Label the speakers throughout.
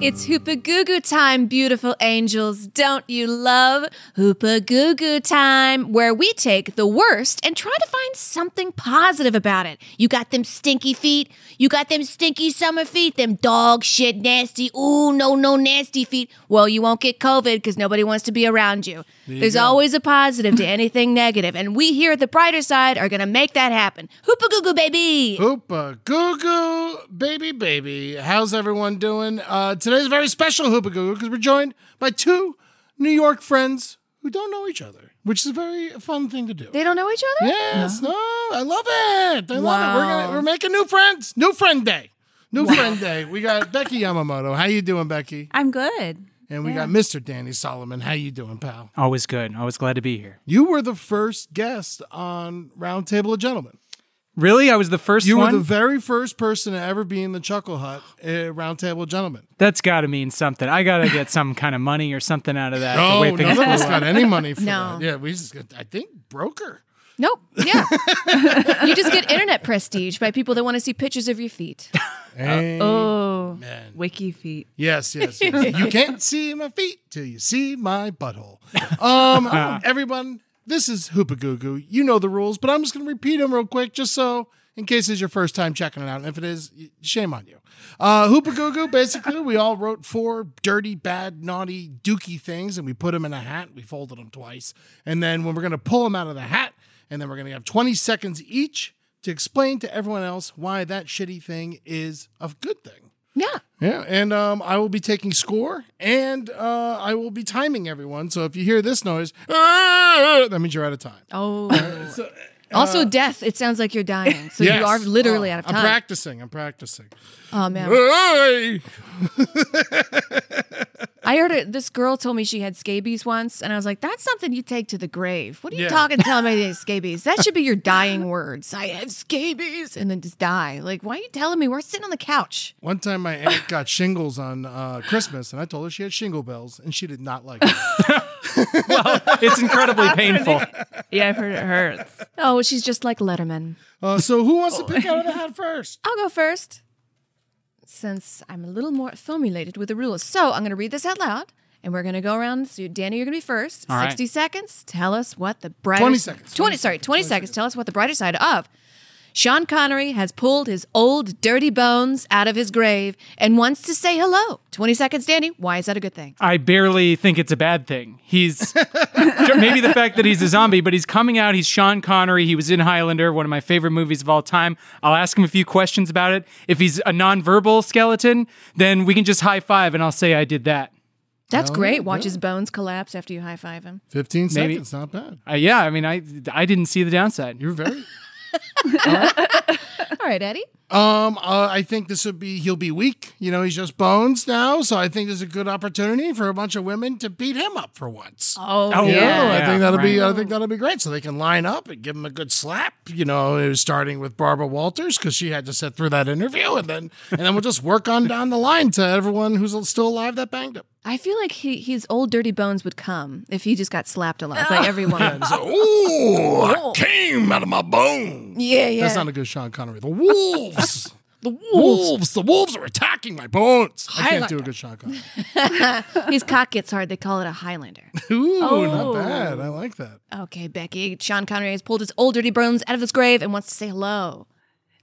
Speaker 1: It's Hoopa Goo Goo time, beautiful angels. Don't you love Hoopa Goo Goo time, where we take the worst and try to find something positive about it? You got them stinky feet. You got them stinky summer feet, them dog shit nasty. Ooh, no, no, nasty feet. Well, you won't get COVID because nobody wants to be around you. There's always a positive to anything negative, and we here at the brighter side are going to make that happen. Hoopa Goo Goo, baby.
Speaker 2: Hoopa Goo Goo, baby, baby. How's everyone doing? Uh, today's a very special Hoopa Goo Goo because we're joined by two New York friends who don't know each other, which is a very fun thing to do.
Speaker 1: They don't know each other?
Speaker 2: yes, no, I love it. I love it. We're,
Speaker 1: Wow.
Speaker 2: gonna, we're making new friends. New friend day. New friend day. We got Becky Yamamoto. How you doing, Becky?
Speaker 3: I'm good.
Speaker 2: And we got Mr. Danny Solomon. How you doing, pal?
Speaker 4: Always good. Always glad to be here.
Speaker 2: You were the first guest on Roundtable of Gentlemen.
Speaker 4: Really? I was the first
Speaker 2: You
Speaker 4: one?
Speaker 2: were the very first person to ever be in the Chuckle Hut uh, Roundtable Gentlemen.
Speaker 4: That's got to mean something. I got to get some kind of money or something out of that. the
Speaker 2: No,
Speaker 4: way
Speaker 2: none
Speaker 4: things
Speaker 2: of
Speaker 4: go
Speaker 2: us
Speaker 4: up.
Speaker 2: got any money for
Speaker 1: No.
Speaker 2: that. Yeah, we just got, I think, broker.
Speaker 1: Nope. Yeah. you just get internet prestige by people that want to see pictures of your feet.
Speaker 4: Uh,
Speaker 3: Oh,
Speaker 2: Amen.
Speaker 3: wiki feet.
Speaker 2: Yes, yes, yes. you can't see my feet till you see my butthole. Um, everyone, this is Hoopa Goo Goo. You know the rules, but I'm just going to repeat them real quick just so in case it's your first time checking it out. And if it is, y- shame on you. Uh, Hoopa Goo Goo, basically, we all wrote four dirty, bad, naughty, dookie things and we put them in a hat. We folded them twice. And then when we're going to pull them out of the hat, and then we're going to have 20 seconds each to explain to everyone else why that shitty thing is a good thing.
Speaker 1: Yeah.
Speaker 2: Yeah, and um, I will be taking score, and uh, I will be timing everyone. So if you hear this noise, "Ah," that means you're out of time.
Speaker 1: Oh. also, death. It sounds like you're dying. So you are
Speaker 2: uh, Yes.
Speaker 1: literally
Speaker 2: Oh,
Speaker 1: out of
Speaker 2: I'm
Speaker 1: time.
Speaker 2: practicing. I'm practicing.
Speaker 1: oh, man.
Speaker 2: Hey!
Speaker 1: I heard it. This girl told me she had scabies once, and I was like, that's something you take to the grave. What are you
Speaker 2: Yeah.
Speaker 1: talking, telling me they have scabies? That should be your dying words. I have scabies. And then just die. Like, why are you telling me? We're sitting on the couch.
Speaker 2: One time, my aunt got shingles on uh, Christmas, and I told her she had shingle bells, and she did not like it.
Speaker 4: It's incredibly painful.
Speaker 3: Yeah, I've heard it hurts.
Speaker 1: Oh, she's just like Letterman.
Speaker 2: Uh, so who wants to pick out of the hat first?
Speaker 1: I'll go first. Since I'm a little more formulated with the rules. So I'm going to read this out loud and we're going to go around. So, Danny, you're going to be first.
Speaker 4: All right.
Speaker 1: 60 seconds. Tell us what the brighter
Speaker 2: 20 seconds.
Speaker 1: 20, sorry, 20, seconds. Tell us what the brighter side of. Sean Connery has pulled his old dirty bones out of his grave and wants to say hello. 20 seconds, Danny. Why is that a good thing?
Speaker 4: I barely think it's a bad thing. He's maybe the fact that he's a zombie, but he's coming out. He's Sean Connery. He was in Highlander, one of my favorite movies of all time. I'll ask him a few questions about it. If he's a nonverbal skeleton, then we can just high five and I'll say I did that.
Speaker 1: That's great. Watch his bones collapse after you high five him.
Speaker 2: Fifteen
Speaker 4: Maybe.
Speaker 2: seconds. Not bad.
Speaker 4: Uh, yeah, I mean, I I didn't see the downside.
Speaker 2: You're very.
Speaker 1: All right, Eddie.
Speaker 2: Um, uh, I think this would be he'll be weak. You know, he's just bones now, so I think this is a good opportunity for a bunch of women to beat him up for once.
Speaker 1: Oh,
Speaker 4: Oh,
Speaker 2: You know,
Speaker 4: yeah.
Speaker 2: I think that'll be
Speaker 4: right.
Speaker 2: I think that'll be great. So they can line up and give him a good slap. You know, it was starting with Barbara Walters because she had to sit through that interview, and then and then we'll just work on down the line to everyone who's still alive that banged up.
Speaker 1: I feel like he, his old dirty bones would come if he just got slapped a lot by every woman.
Speaker 2: So, ooh, I came out of my bones.
Speaker 1: yeah, yeah.
Speaker 2: That's not a good Sean Connery. The wolves. The wolves. the wolves are attacking my bones. I can't do a good Sean Connery.
Speaker 1: His cock gets hard. They call it a Highlander.
Speaker 2: Ooh,
Speaker 3: Oh.
Speaker 2: not bad. I like that.
Speaker 1: Okay, Becky. Sean Connery has pulled his old dirty bones out of his grave and wants to say hello.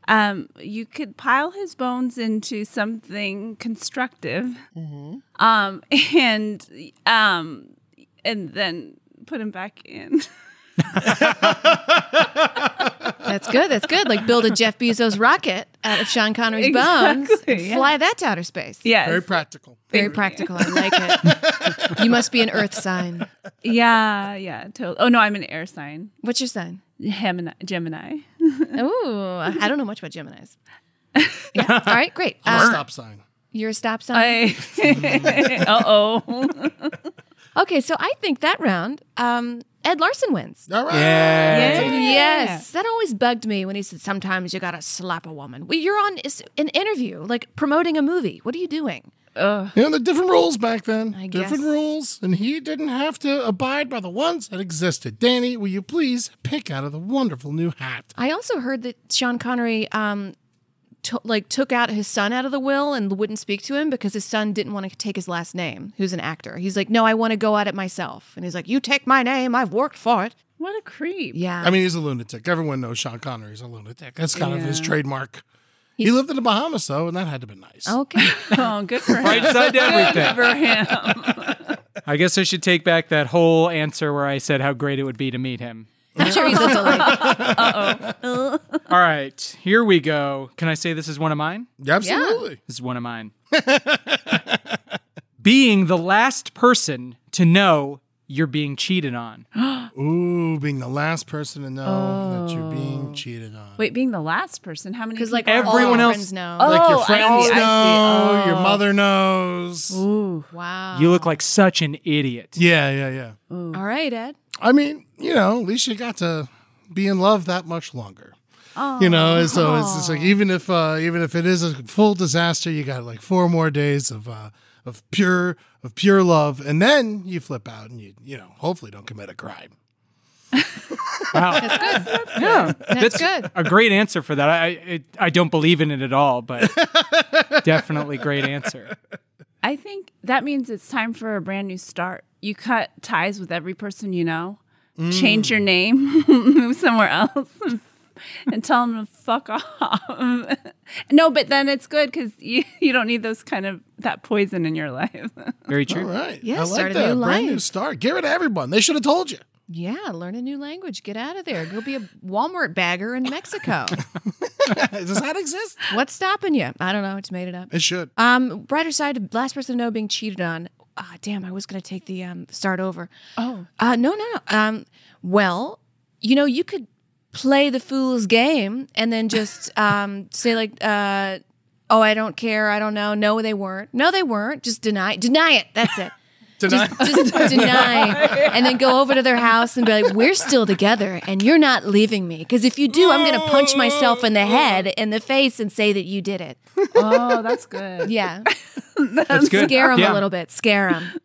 Speaker 3: Um, you could pile his bones into something constructive, um, and um, and then put him back in.
Speaker 1: That's good. That's good. Like build a Jeff Bezos rocket out of Sean Connery's bones and
Speaker 3: Exactly, yeah.
Speaker 1: fly that to outer space.
Speaker 3: yes.
Speaker 2: Very practical.
Speaker 1: Very practical. I like it. you must be an earth sign.
Speaker 3: yeah. Yeah. To- oh no, I'm an air sign.
Speaker 1: What's your sign?
Speaker 3: Gemini. Gemini.
Speaker 1: Oh, I don't know much about Geminis. Yeah. All right, great. Uh,
Speaker 2: Stop sign.
Speaker 1: you're a stop sign.
Speaker 3: I. uh oh.
Speaker 1: Okay, so I think that round, um, Ed Larson wins.
Speaker 2: All right.
Speaker 1: Yes, that always bugged me when he said, "Sometimes you gotta slap a woman." Well, you're on is- an interview, like promoting a movie. What are you doing?
Speaker 2: You know, the different rules back then.
Speaker 1: I
Speaker 2: different
Speaker 1: guess.
Speaker 2: rules. And he didn't have to abide by the ones that existed. Danny, will you please pick out of the wonderful new hat?
Speaker 1: I also heard that Sean Connery, um, to like took out his son out of the will and wouldn't speak to him because his son didn't want to take his last name. Who's an actor? He's like, "No, I want to go at it myself." And he's like, "You take my name. I've worked for it."
Speaker 3: What a creep.
Speaker 1: Yeah.
Speaker 2: I mean, he's a lunatic. Everyone knows Sean Connery's a lunatic. That's kind of his trademark. he lived in the Bahamas, though, and that had to be nice.
Speaker 1: okay.
Speaker 3: Oh, good for him.
Speaker 4: Right side to everything.
Speaker 3: for him.
Speaker 4: I guess I should take back that whole answer where I said how great it would be to meet him.
Speaker 1: I'm sure he's a delight.
Speaker 4: All right, here we go. Can I say this is one of mine?
Speaker 2: Absolutely.
Speaker 4: This is one of mine. being the last person to know you're being cheated on.
Speaker 2: Ooh, being the last person to know that you're being cheated on.
Speaker 3: Oh. Wait, being the last person, how many?
Speaker 1: Because like
Speaker 3: people-
Speaker 4: Everyone
Speaker 1: all our
Speaker 4: else-
Speaker 1: friends know.
Speaker 2: like
Speaker 3: Oh,
Speaker 2: your
Speaker 3: I
Speaker 2: friends
Speaker 3: see, I see.
Speaker 2: know, your
Speaker 3: Oh.
Speaker 2: mother knows.
Speaker 1: wow.
Speaker 4: You look like such an idiot.
Speaker 2: Yeah, yeah, yeah.
Speaker 1: all right, Ed.
Speaker 2: I mean, you know, at least you got to be in love that much longer. You know, and so it's just like even if uh, even if it is a full disaster, you got like four more days of uh, of pure of pure love, and then you flip out and you you know hopefully don't commit a crime.
Speaker 4: Wow. Yeah.
Speaker 1: That's, good.
Speaker 4: A great answer for that. I it, I don't believe in it at all, but definitely great answer.
Speaker 3: I think that means it's time for a brand new start. You cut ties with every person you know, change your name, move somewhere else, and tell them to fuck off. no, but then it's good because you, you don't need those kind of that poison in your life.
Speaker 4: Very
Speaker 2: All
Speaker 4: true.
Speaker 2: right,
Speaker 1: Yeah,
Speaker 2: I like
Speaker 1: start a
Speaker 2: that
Speaker 1: new
Speaker 2: brand new
Speaker 1: life.
Speaker 2: start. Give it to everyone. They should have told you.
Speaker 1: Yeah, learn a new language. Get out of there. Go be a Walmart bagger in Mexico.
Speaker 2: Does that exist?
Speaker 1: What's stopping you? I don't know. I just made it up.
Speaker 2: It should.
Speaker 1: Um, brighter side, last person to know being cheated on. Ah, damn, I was gonna take the um start over. Oh. Uh no, no, no. Um well, you know, you could play the fool's game and then just um say like uh oh I don't care, I don't know. No, they weren't. No, they weren't. Just deny deny it. That's it.
Speaker 2: Deny.
Speaker 1: Just deny, and then go over to their house and be like, "We're still together, and you're not leaving me. Because if you do, I'm going to punch myself in the head, in the face, and say that you did it."
Speaker 3: oh, that's good.
Speaker 1: Yeah,
Speaker 4: That's good.
Speaker 1: scare them
Speaker 4: Yeah.
Speaker 1: a little bit. Scare them.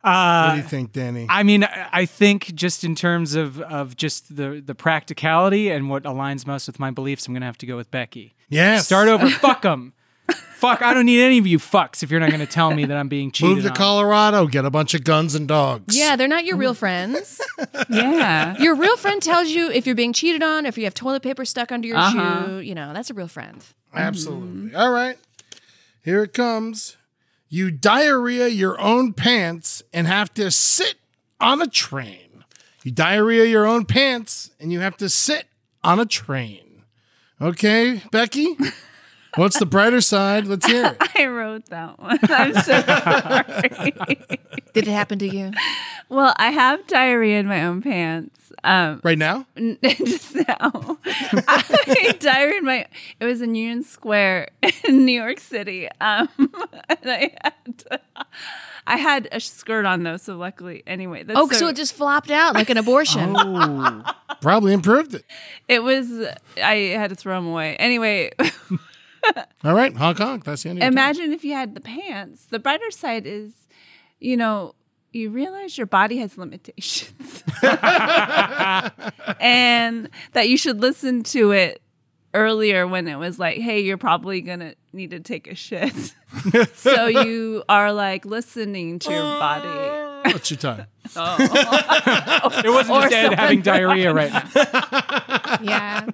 Speaker 2: what do you think, Danny?
Speaker 4: Uh, I mean, I I think just in terms of, of just the, the practicality and what aligns most with my beliefs, I'm going to have to go with Becky.
Speaker 2: yes.
Speaker 4: Start over. Fuck them. Fuck, I don't need any of you fucks if you're not going to tell me that I'm being cheated
Speaker 2: Move to
Speaker 4: on.
Speaker 2: Colorado. Get a bunch of guns and dogs.
Speaker 1: Yeah, they're not your real friends.
Speaker 3: Yeah.
Speaker 1: Your real friend tells you if you're being cheated on, if you have toilet paper stuck under your
Speaker 3: Uh-huh.
Speaker 1: shoe. You know, that's a real friend.
Speaker 2: Absolutely. All right. Here it comes. You diarrhea your own pants and have to sit on a train. You diarrhea your own pants and you have to sit on a train. Okay, Becky? What's the brighter side? Let's hear it.
Speaker 3: I wrote that one. I'm so sorry.
Speaker 1: Did it happen to you?
Speaker 3: well, I have diarrhea in my own pants. Um,
Speaker 2: Right now?
Speaker 3: just now, I diarrhea in my. It was in Union Square in New York City, um, and I had I had a skirt on though, so luckily, anyway. That's
Speaker 1: Oh, so it just flopped out like an abortion.
Speaker 2: Probably improved it.
Speaker 3: it was. I had to throw them away anyway.
Speaker 2: All right, Hong Kong. That's the end. of your time.
Speaker 3: imagine if you had the pants. The brighter side is, you know, you realize your body has limitations and that you should listen to it earlier when it was like, hey, you're probably going to need to take a shit. so you are like listening to your body.
Speaker 2: What's your time?
Speaker 4: It wasn't just Ed having diarrhea right now.
Speaker 1: yeah.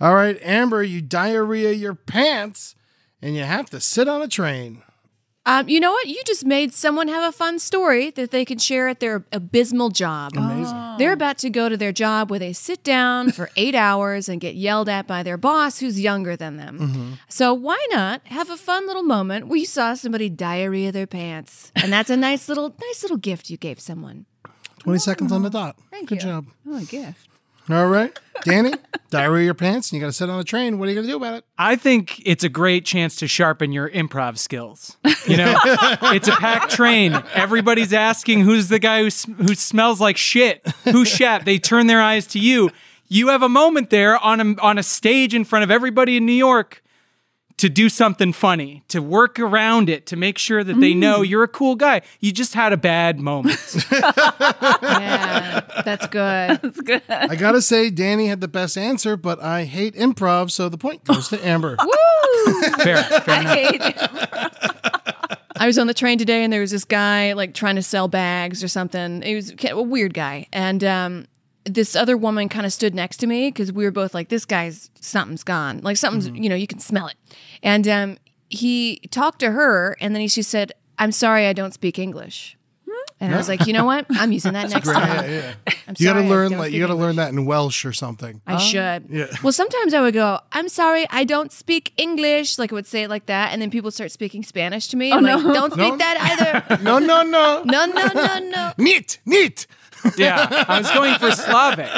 Speaker 2: All right, Amber, you diarrhea your pants and you have to sit on a train.
Speaker 1: Um, you know what? You just made someone have a fun story that they can share at their abysmal job. Amazing. They're about to go to their job where they sit down for eight hours and get yelled at by their boss who's younger than them.
Speaker 3: Mm-hmm.
Speaker 1: So why not have a fun little moment where you saw somebody diarrhea their pants? And that's a nice little nice little gift you gave someone.
Speaker 2: 20 seconds on the dot.
Speaker 1: Thank
Speaker 2: Good
Speaker 1: you.
Speaker 2: job.
Speaker 3: Oh, a gift.
Speaker 2: All right, Danny, diarrhea your pants and you got to sit on a train. What are you going to do about it?
Speaker 4: I think it's a great chance to sharpen your improv skills. You know, it's a packed train. Everybody's asking who's the guy who, sm- who smells like shit, who shat. They turn their eyes to you. You have a moment there on a, on a stage in front of everybody in New York to do something funny, to work around it, to make sure that they know you're a cool guy. You just had a bad moment.
Speaker 1: Yeah, that's good.
Speaker 2: I got to say, Danny had the best answer, but I hate improv, so the point goes to Amber.
Speaker 4: fair, fair enough.
Speaker 1: I was on the train today, and there was this guy like trying to sell bags or something. He was ki- a weird guy, and um, this other woman kind of stood next to me because we were both like, "This guy's something's gone. Like something's
Speaker 2: Mm-hmm.
Speaker 1: you know you can smell it." And um, he talked to her, and then he, she said, "I'm sorry, I don't speak English."
Speaker 2: Hmm?
Speaker 1: And I was like, "You know what? I'm using that next time. I'm
Speaker 2: You got to
Speaker 1: sorry, I
Speaker 2: learn
Speaker 1: don't
Speaker 2: like
Speaker 1: speak
Speaker 2: you got to
Speaker 1: English."
Speaker 2: learn that in Welsh or something.
Speaker 1: I should. Well, sometimes I would go, I'm sorry, I don't speak English. Like I would say it like that. And then people start speaking Spanish to me. I'm like, don't speak
Speaker 2: Oh, No.
Speaker 1: that either.
Speaker 2: Uh, No, no, no.
Speaker 1: no, no, no, no.
Speaker 2: Neat, neat.
Speaker 4: Yeah, I was going for Slavic.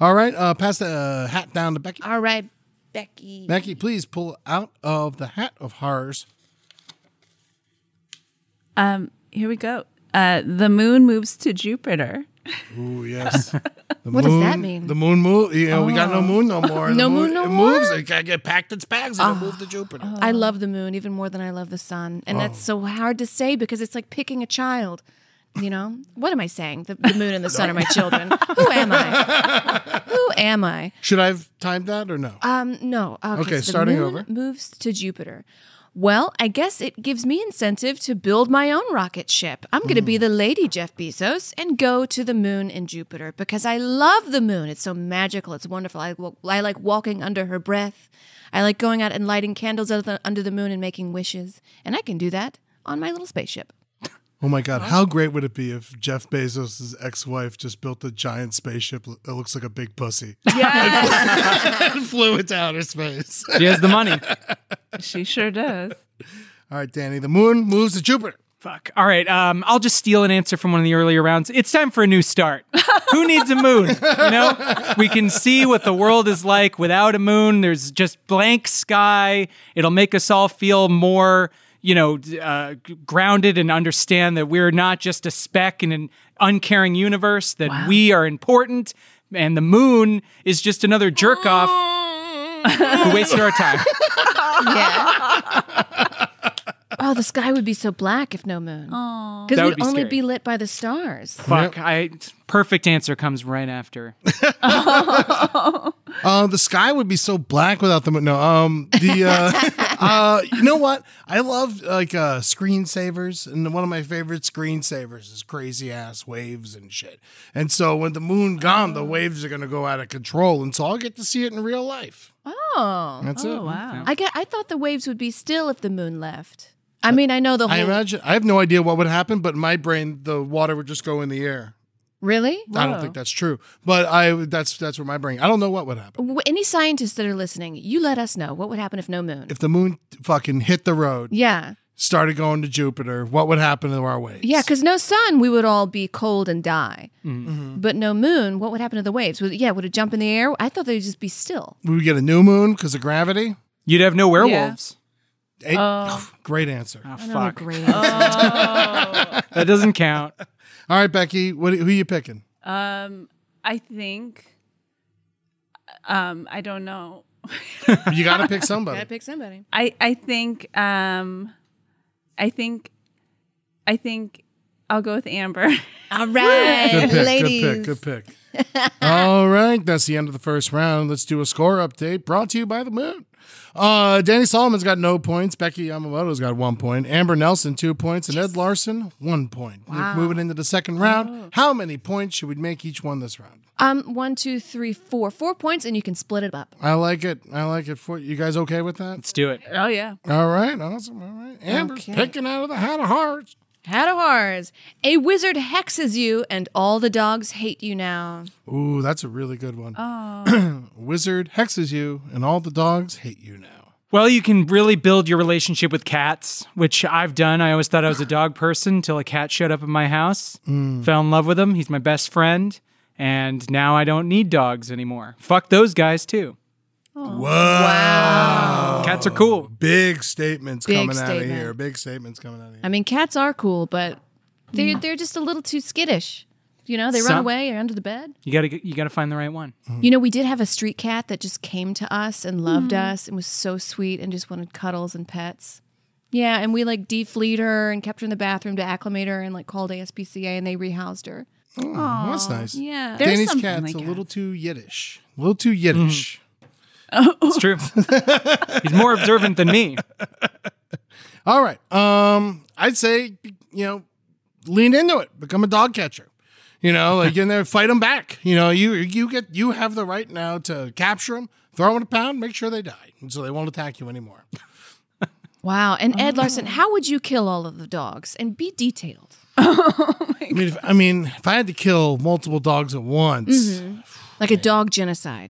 Speaker 2: All right, uh, pass the uh, hat down to Becky.
Speaker 1: All right, Becky.
Speaker 2: Becky, please pull out of the hat of horrors.
Speaker 3: Um, here we go. Uh, the moon moves to Jupiter.
Speaker 2: Ooh, yes.
Speaker 1: What does that mean? Oh.
Speaker 2: The moon move. You know, we got no moon no more. The
Speaker 1: No moon no
Speaker 2: it moves.
Speaker 1: more? Ah.
Speaker 2: It got get packed its bags and it moved to Jupiter.
Speaker 1: I love the moon even more than I love the sun. And that's so hard to say because it's like picking a child. You know, what am I saying? The, the moon and the sun are my children. Who am I? Who am I?
Speaker 2: Should I have timed that or no?
Speaker 1: Um, no. Okay,
Speaker 2: Okay,
Speaker 1: so the
Speaker 2: starting
Speaker 1: moon
Speaker 2: over.
Speaker 1: Moves to Jupiter. Well, I guess it gives me incentive to build my own rocket ship. I'm going to be the lady Jeff Bezos and go to the moon and Jupiter because I love the moon. It's so magical. It's wonderful. I, wa- I like walking under her breath. I like going out and lighting candles under the, under the moon and making wishes. And I can do that on my little spaceship.
Speaker 2: oh my God. How great would it be if Jeff Bezos' ex wife just built a giant spaceship that looks like a big pussy and flew into outer space?
Speaker 4: She has the money.
Speaker 3: she sure does.
Speaker 2: All right, Danny. The moon moves to Jupiter.
Speaker 4: Fuck. All right. Um, I'll just steal an answer from one of the earlier rounds. It's time for a new start. Who needs a moon? You know, we can see what the world is like without a moon. There's just blank sky. It'll make us all feel more, you know, d- uh, g- grounded and understand that we're not just a speck in an uncaring universe. That we are important, and the moon is just another jerk off who wasted our time.
Speaker 1: Yeah. oh, the sky would be so black if no moon. Because
Speaker 4: That
Speaker 1: it
Speaker 4: would
Speaker 1: would
Speaker 4: be
Speaker 1: only
Speaker 4: scary.
Speaker 1: be lit by the stars.
Speaker 4: Fuck. I perfect answer comes right after.
Speaker 2: Uh, the sky would be so black without the moon. No, um, the uh, uh, you know what? I love like uh, screensavers, and one of my favorite screensavers is crazy ass waves and shit. And so when the moon gone,
Speaker 1: Oh.
Speaker 2: the waves are gonna go out of control, and so I'll get to see it in real life.
Speaker 1: Oh.
Speaker 2: That's it.
Speaker 3: Wow.
Speaker 1: I, get, I thought the waves would be still if the moon left. I mean, I know the whole.
Speaker 2: I imagine I have no idea what would happen, but in my brain, the water would just go in the air.
Speaker 1: Really?
Speaker 2: I don't think that's true, but I that's that's where my brain. I don't know what would happen
Speaker 1: W- Any scientists that are listening, you let us know what would happen if no moon.
Speaker 2: if the moon fucking hit the road,
Speaker 1: yeah.
Speaker 2: started going to Jupiter. What would happen to our waves?
Speaker 1: Yeah, because no sun, we would all be cold and die.
Speaker 2: Mm-hmm.
Speaker 1: But no moon, what would happen to the waves? Would, yeah, would it jump in the air? I thought they'd just be still.
Speaker 2: we would get a new moon because of gravity.
Speaker 4: You'd have no werewolves.
Speaker 2: Eh, great answer.
Speaker 4: Oh,
Speaker 1: I don't know,
Speaker 4: fuck.
Speaker 1: great.
Speaker 4: That doesn't count.
Speaker 2: All right, Becky, what, who you picking?
Speaker 3: Um, I think. Um, I don't know.
Speaker 2: You got to pick somebody.
Speaker 1: Gotta pick somebody.
Speaker 3: I I think. Um, I think. I think. I'll go with Amber.
Speaker 1: All right,
Speaker 2: Good pick,
Speaker 1: ladies.
Speaker 2: good pick, good pick. All right, that's the end of the first round. Let's do a score update brought to you by the moon. Uh, Danny Solomon's got no points. Becky Yamamoto's got one point. Amber Nelson, two points. And Ed Larson, one point. We're Moving into the second round. How many points should we make each one this round?
Speaker 1: Um, one, two, three, four. Four points, and you can split it up.
Speaker 2: I like it. I like it. For You guys okay with that?
Speaker 4: Let's do it.
Speaker 3: oh yeah.
Speaker 2: All right, awesome. All right. Amber's
Speaker 1: Okay.
Speaker 2: picking out of the hat of hearts.
Speaker 1: Hadahars, a wizard hexes you, and all the dogs hate you now.
Speaker 2: Ooh, that's a really good one.
Speaker 1: Oh.
Speaker 2: Wizard hexes you, and all the dogs hate you now.
Speaker 4: Well, you can really build your relationship with cats, which I've done. I always thought I was a dog person until a cat showed up at my house. Fell in love with him. He's my best friend. And now I don't need dogs anymore. Fuck those guys, too.
Speaker 1: Oh.
Speaker 2: Wow.
Speaker 4: Cats are cool.
Speaker 2: Big statements
Speaker 1: Big
Speaker 2: coming out of
Speaker 1: statement.
Speaker 2: here. Big statements coming out of here.
Speaker 1: I mean, cats are cool, but they're they're just a little too skittish. You know, they run
Speaker 4: Some-
Speaker 1: away or under the bed.
Speaker 4: You gotta get- you gotta find the right one.
Speaker 1: You know, we did have a street cat that just came to us and loved us and was so sweet and just wanted cuddles and pets. Yeah, and we like defleed her and kept her in the bathroom to acclimate her and like called ASPCA and they rehoused her.
Speaker 2: Oh, that's nice.
Speaker 1: Yeah.
Speaker 3: There's
Speaker 2: Danny's
Speaker 3: something
Speaker 2: cat's
Speaker 3: like Mm-hmm.
Speaker 2: a
Speaker 3: cats.
Speaker 2: little too Yiddish. A little too Yiddish.
Speaker 4: It's true. He's more observant than me.
Speaker 2: All right. Um, I'd say you know, lean into it. Become a dog catcher. You know, like in there, fight them back. You know, you you get you have the right now to capture them, throw them in a pound, make sure they die, so they won't attack you anymore.
Speaker 1: Wow. And Ed Larson, how would you kill all of the dogs? And be detailed.
Speaker 2: I mean, if, I mean, if I had to kill multiple dogs at
Speaker 3: Mm-hmm.
Speaker 2: once,
Speaker 1: Like a dog genocide.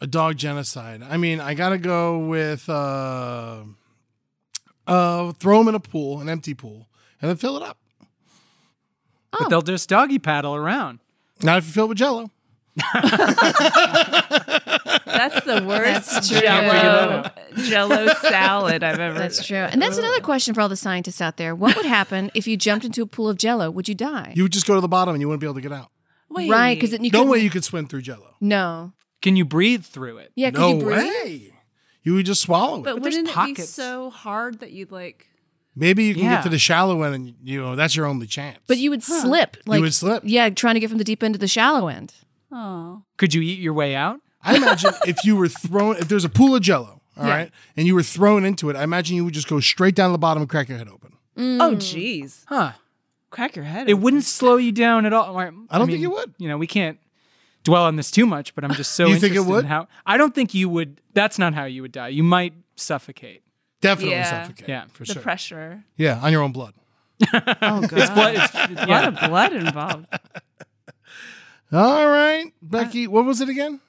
Speaker 2: a dog genocide. I mean, I gotta go with uh, uh, throw them in a pool, an empty pool, and then fill it up.
Speaker 1: Oh.
Speaker 4: But they'll just doggy paddle around.
Speaker 2: Not if you fill it with Jello.
Speaker 3: That's the worst
Speaker 1: true.
Speaker 3: Jello Jello salad I've ever.
Speaker 1: That's true. And that's another question for all the scientists out there. What would happen if you jumped into a pool of jello? Would you die?
Speaker 2: You would just go to the bottom, and you wouldn't be able to get out.
Speaker 3: Wait.
Speaker 1: right, because you
Speaker 2: no
Speaker 1: could-
Speaker 2: way you could swim through Jello.
Speaker 1: No.
Speaker 4: Can you breathe through it?
Speaker 1: Yeah, could
Speaker 2: No
Speaker 1: you breathe?
Speaker 2: way. You would just swallow it.
Speaker 3: But,
Speaker 4: But there's
Speaker 3: wouldn't it be
Speaker 4: pockets.
Speaker 3: so hard that you'd like?
Speaker 2: Maybe you can
Speaker 4: Yeah.
Speaker 2: get to the shallow end, and you know that's your only chance.
Speaker 1: But you would slip. Like,
Speaker 2: would slip.
Speaker 1: Yeah, trying to get from the deep end to the shallow end.
Speaker 3: Oh,
Speaker 4: Could you eat your way out?
Speaker 2: I imagine if you were thrown, if there's a pool of Jello, all right, and you were thrown into it, I imagine you would just go straight down to the bottom and crack your head open.
Speaker 3: oh, jeez!
Speaker 4: Huh.
Speaker 3: Crack your head.
Speaker 4: It wouldn't slow you down at all. I
Speaker 2: I don't think it would.
Speaker 4: You know, we can't dwell on this too much, but I'm just so
Speaker 2: You think it
Speaker 4: interested
Speaker 2: would?
Speaker 4: in how I don't think you would that's not how you would die. You might suffocate.
Speaker 2: Definitely
Speaker 3: Yeah.
Speaker 2: suffocate.
Speaker 4: Yeah.
Speaker 2: for
Speaker 3: the
Speaker 2: sure.
Speaker 3: pressure.
Speaker 2: Yeah, on your own blood.
Speaker 3: Oh god!
Speaker 4: But it's, it's-
Speaker 3: a lot
Speaker 4: yeah.
Speaker 3: of blood involved.
Speaker 2: All right, Becky,
Speaker 3: Uh,
Speaker 2: what was it again?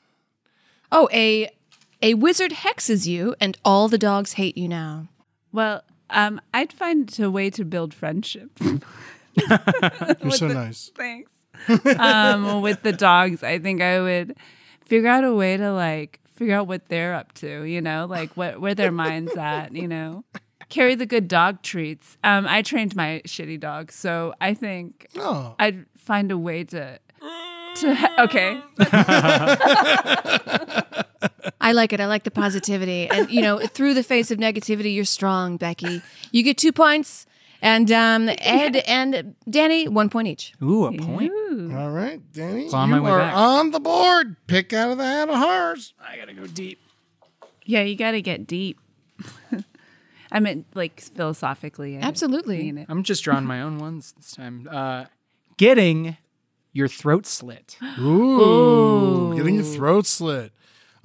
Speaker 1: Oh, a a wizard hexes you, and all the dogs hate you now.
Speaker 3: Well, um, I'd find a way to build friendship.
Speaker 2: You're so nice.
Speaker 3: Thanks. um, with the dogs, I think I would figure out a way to like figure out what they're up to, you know, like what where their minds at, you know. Carry the good dog treats. Um, I trained my shitty dog, so I think
Speaker 2: Oh.
Speaker 3: I'd find a way to to ha- okay.
Speaker 1: I like it. I like the positivity. And, you know, through the face of negativity, you're strong, Becky. You get two points. And um, Ed and Danny, one point each.
Speaker 4: Ooh, a point.
Speaker 2: All right, Danny.
Speaker 4: on
Speaker 2: you
Speaker 4: my way
Speaker 2: are
Speaker 4: back.
Speaker 2: on the board. Pick out of the hat of hearts.
Speaker 4: I gotta go deep.
Speaker 3: Yeah, you got to get deep. I meant like philosophically. I didn't
Speaker 1: Absolutely.
Speaker 3: mean it.
Speaker 4: I'm just drawing my own ones this time. Uh, getting your throat slit.
Speaker 2: Ooh, getting your throat slit.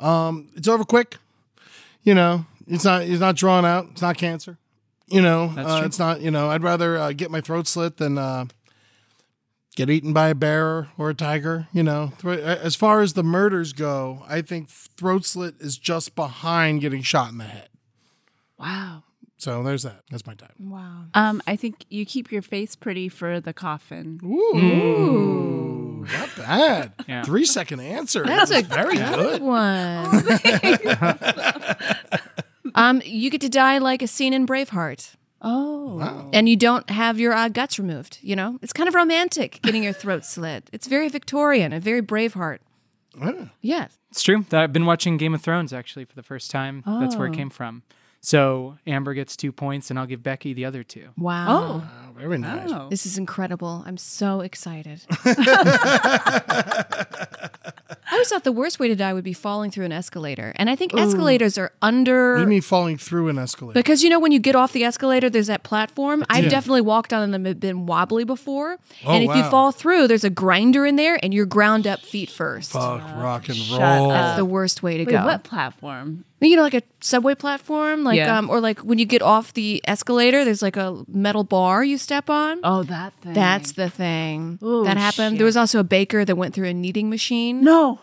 Speaker 2: Um, it's over quick. You know, it's not. It's not drawn out. It's not cancer. You know, uh,
Speaker 4: true.
Speaker 2: it's not. You know, I'd rather uh, get my throat slit than uh, get eaten by a bear or a tiger. You know, Thro- as far as the murders go, I think throat slit is just behind getting shot in the head.
Speaker 3: Wow.
Speaker 2: So there's that. That's my time.
Speaker 1: Wow.
Speaker 3: Um, I think you keep your face pretty for the coffin.
Speaker 2: Ooh, not bad.
Speaker 4: Yeah.
Speaker 2: Three second answer.
Speaker 1: That's
Speaker 2: That
Speaker 1: a
Speaker 2: was very good.
Speaker 1: one. um, you get to die like a scene in Braveheart,
Speaker 3: Oh.
Speaker 1: and you don't have your uh, guts removed. You know, it's kind of romantic getting your throat slit. It's very Victorian and very Braveheart. Yes.
Speaker 4: It's true. That I've been watching Game of Thrones actually for the first time. That's where it came from. So Amber gets two points, and I'll give Becky the other two.
Speaker 1: Wow. Oh.
Speaker 2: Oh, very nice.
Speaker 1: This is incredible. I'm so excited. I always thought the worst way to die would be falling through an escalator. And I think escalators are under.
Speaker 2: What do you mean falling through an escalator?
Speaker 1: Because you know when you get off the escalator, there's that platform. I've definitely walked on them and been wobbly before. and if you
Speaker 2: Oh, wow.
Speaker 1: fall through, there's a grinder in there, and you're ground up feet first.
Speaker 2: Fuck Oh, rock and
Speaker 3: shut
Speaker 2: roll.
Speaker 3: up.
Speaker 1: That's the worst way to
Speaker 3: Wait,
Speaker 1: go.
Speaker 3: what platform?
Speaker 1: You know, like a subway platform, like
Speaker 3: Yeah.
Speaker 1: um, or like when you get off the escalator, there's like a metal bar you step on.
Speaker 3: Oh, that thing.
Speaker 1: That's the thing
Speaker 3: Oh,
Speaker 1: that happened.
Speaker 3: shit.
Speaker 1: There was also a baker that went through a kneading machine.
Speaker 3: no.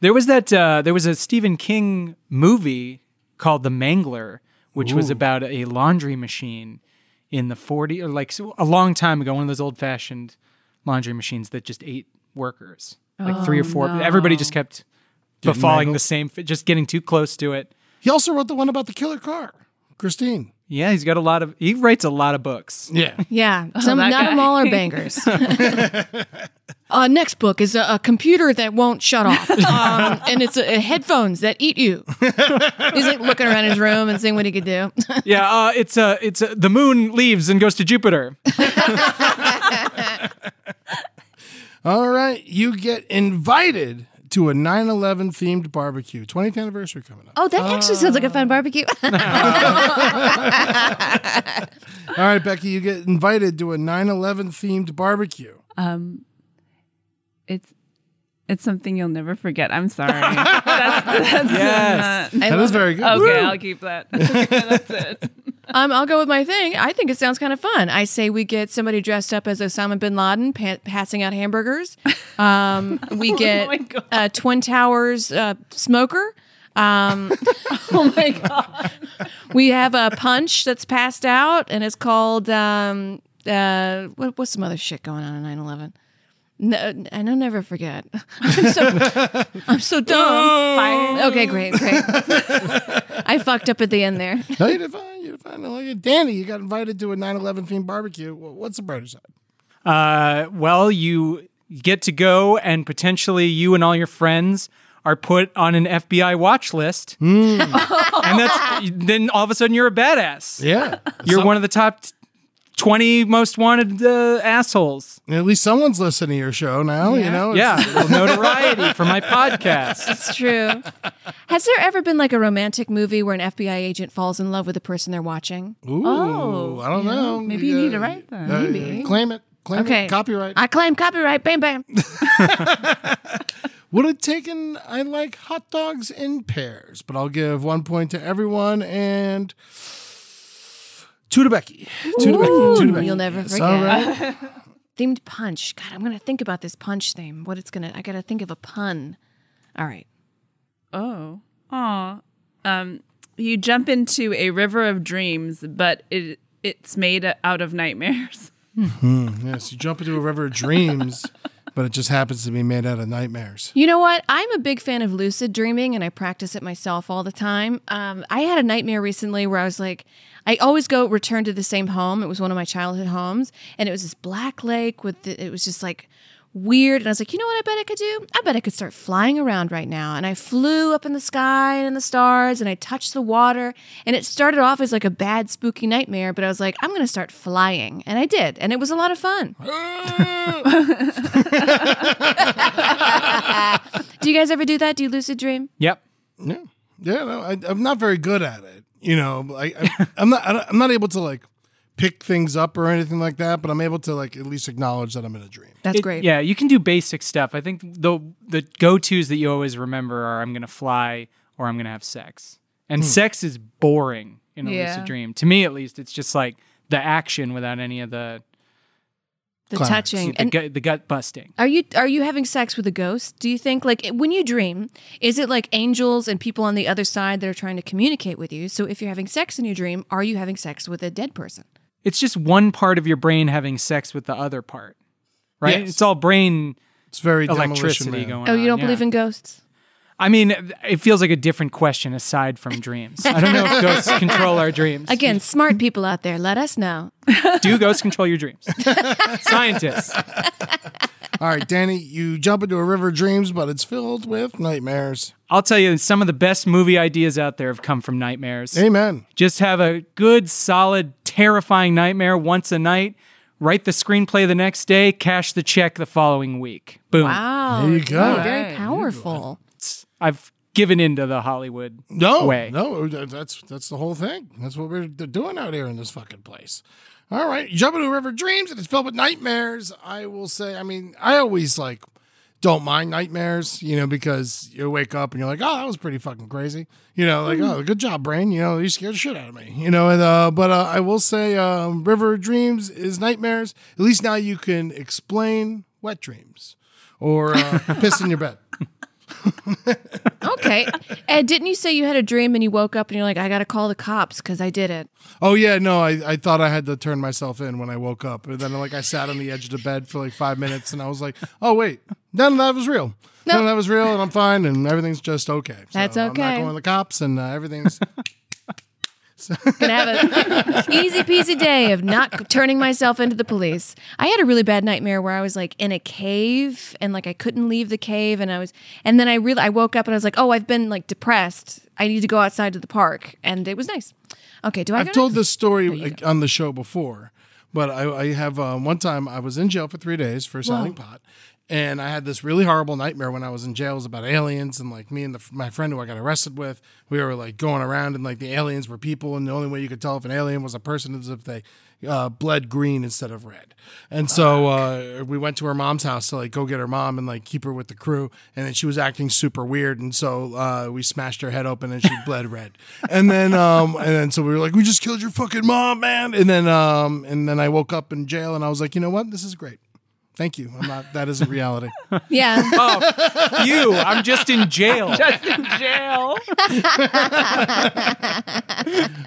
Speaker 4: There was that. Uh, there was a Stephen King movie called The Mangler, which was about a laundry machine in the 40 or like so- a long time ago. One of those old fashioned laundry machines that just ate workers, like three or four. Everybody just kept befalling the same, just getting too close to it.
Speaker 2: He also wrote the one about the killer car, Christine.
Speaker 4: Yeah, he's got a lot of. He writes a lot of books.
Speaker 2: Yeah.
Speaker 1: Yeah, some
Speaker 3: that
Speaker 1: not
Speaker 3: guy.
Speaker 1: them all are bangers. uh, next book is a, a computer that won't shut off, um, and it's a, headphones that eat you. He's like looking around his room and seeing what he could do.
Speaker 4: Yeah, uh, it's uh, it's uh, the moon leaves and goes to Jupiter.
Speaker 2: All right. You get invited to a 9 11 themed barbecue. 20th anniversary coming up.
Speaker 1: oh, that actually sounds like a fun barbecue.
Speaker 2: All right, Becky, you get invited to a 9 11 themed barbecue.
Speaker 3: Um, it's it's something you'll never forget. I'm sorry. that's, that's
Speaker 4: Yes.
Speaker 3: not-
Speaker 2: that is very good.
Speaker 3: okay,
Speaker 2: Woo!
Speaker 3: I'll keep that. that's it.
Speaker 1: um, I'll go with my thing. I think it sounds kind of fun. I say we get somebody dressed up as Osama bin Laden pa- passing out hamburgers. Um, we
Speaker 3: Oh
Speaker 1: get
Speaker 3: my God.
Speaker 1: uh, Twin Towers uh, smoker. Um,
Speaker 3: Oh my god.
Speaker 1: We have a punch that's passed out, and it's called um, uh, what, what's some other shit going on in 9 11? No, uh, I don't never forget. I'm so, I'm so dumb. Okay, great, great. I fucked up at the end there.
Speaker 2: No, you did fine. You did fine. I like it. Danny, you got invited to a 9 11 themed barbecue. Wh- What's the prototype?
Speaker 4: Uh, well, you get to go, and potentially you and all your friends are put on an FBI watch list, and that's then all of a sudden you're a badass.
Speaker 2: Yeah.
Speaker 4: You're one of the top t- twenty most wanted uh, assholes.
Speaker 2: At least someone's listening to your show now, you know?
Speaker 4: Yeah, a little notoriety for my podcast.
Speaker 1: It's true. Has there ever been like a romantic movie where an FBI agent falls in love with the person they're watching?
Speaker 2: Ooh,
Speaker 3: Oh,
Speaker 2: I don't
Speaker 3: yeah.
Speaker 2: know.
Speaker 3: Maybe you need to write that.
Speaker 2: Maybe. Claim it. Claim
Speaker 1: Okay.
Speaker 2: it. Copyright.
Speaker 1: I claim copyright. Bam, bam.
Speaker 2: Would have taken I like hot dogs in pairs, but I'll give one point to everyone and two to Becky. Two to Becky. Two to Becky.
Speaker 1: You'll never
Speaker 2: Yes,
Speaker 1: forget.
Speaker 2: all right.
Speaker 1: Themed punch. God, I'm going to think about this punch theme. What it's going to, I got to think of a pun. All right.
Speaker 3: Oh. Aw. Um, you jump into a river of dreams, but it it's made out of nightmares.
Speaker 2: Yes, you jump into a river of dreams, but it just happens to be made out of nightmares.
Speaker 1: You know what? I'm a big fan of lucid dreaming and I practice it myself all the time. Um, I had a nightmare recently where I was like, I always go return to the same home. It was one of my childhood homes and it was this black lake with, the, it was just like weird. And I was like, you know what I bet I could do? I bet I could start flying around right now. And I flew up in the sky and in the stars and I touched the water. And it started off as like a bad, spooky nightmare, but I was like, I'm going to start flying. And I did. And it was a lot of fun. Do you guys ever do that? Do you lucid dream?
Speaker 4: Yep.
Speaker 2: Yeah, yeah. No, I, I'm not very good at it. You know, I, I, I'm not. I don't- I'm not able to like pick things up or anything like that. But I'm able to like at least acknowledge that I'm in a dream.
Speaker 1: That's
Speaker 4: It-
Speaker 1: great.
Speaker 4: Yeah, you can do basic stuff. I think the the go tos that you always remember are I'm gonna fly or I'm gonna have sex. And sex is boring in a
Speaker 3: Yeah.
Speaker 4: lucid dream. To me at least, it's just like the action without any of the
Speaker 1: The
Speaker 2: Climax.
Speaker 1: touching.
Speaker 4: the,
Speaker 1: And
Speaker 4: gut, the gut busting.
Speaker 1: are you are you having sex with a ghost? Do you think like when you dream, is it like angels and people on the other side that are trying to communicate with you? So if you're having sex in your dream, are you having sex with a dead person?
Speaker 4: It's just one part of your brain having sex with the other part. Right?
Speaker 2: Yes.
Speaker 4: It's all brain
Speaker 2: It's very demolition
Speaker 4: electricity
Speaker 2: man.
Speaker 4: going on.
Speaker 1: Oh, you don't
Speaker 4: yeah.
Speaker 1: believe in ghosts?
Speaker 4: I mean, it feels like a different question aside from dreams. I don't know if ghosts control our dreams.
Speaker 1: Again, smart people out there, let us know.
Speaker 4: Do ghosts control your dreams? Scientists.
Speaker 2: All right, Danny, you jump into a river of dreams, but it's filled with nightmares.
Speaker 4: I'll tell you, some of the best movie ideas out there have come from nightmares.
Speaker 2: Amen.
Speaker 4: Just have a good, solid, terrifying nightmare once a night, write the screenplay the next day, cash the check the following week. Boom.
Speaker 1: Wow.
Speaker 2: There you go.
Speaker 1: Oh, very
Speaker 3: Right.
Speaker 1: powerful.
Speaker 4: I've given into the Hollywood.
Speaker 2: No,
Speaker 4: way.
Speaker 2: no, that- that's that's the whole thing. That's what we're d- doing out here in this fucking place. All right, you jump into a river of dreams and it's filled with nightmares. I will say, I mean, I always like don't mind nightmares, you know, because you wake up and you're like, oh, that was pretty fucking crazy, you know, like oh, good job, brain, you know, you scared the shit out of me, you know. And uh, but uh, I will say, um, river of dreams is nightmares. At least now you can explain wet dreams or uh, piss in your bed.
Speaker 1: Okay. Ed, didn't you say you had a dream and you woke up and you're like, I got to call the cops because I did it?
Speaker 2: Oh yeah, no, I, I thought I had to turn myself in when I woke up. And then like I sat on the edge of the bed for like five minutes and I was like, Oh wait, none of that was real. None of that was real and I'm fine and everything's just okay. So
Speaker 1: That's
Speaker 2: I'm
Speaker 1: okay.
Speaker 2: not going to the cops and uh, everything's
Speaker 1: Gonna have an easy peasy day of not c- turning myself into the police. I had a really bad nightmare where I was like in a cave and like I couldn't leave the cave and I was and then I really I woke up and I was like, oh, I've been like depressed. I need to go outside to the park and it was nice. Okay, do I?
Speaker 2: I've
Speaker 1: go
Speaker 2: told
Speaker 1: next?
Speaker 2: this story like, on the show before, but I, I have um, one time I was in jail for three days for selling pot, and I had this really horrible nightmare when I was in jail. It was about aliens and like me and the, my friend who I got arrested with, we were like going around and like the aliens were people, and the only way you could tell if an alien was a person is if they uh, bled green instead of red. And so uh, we went to her mom's house to like go get her mom and like keep her with the crew. And then she was acting super weird. And so uh, we smashed her head open and she bled red. And then um, and then so we were like, we just killed your fucking mom, man. And then um, and then I woke up in jail and I was like, you know what? This is great. Thank you. I'm not. That isn't reality.
Speaker 1: Yeah.
Speaker 2: Oh.
Speaker 4: You, I'm just in jail.
Speaker 3: Just in jail.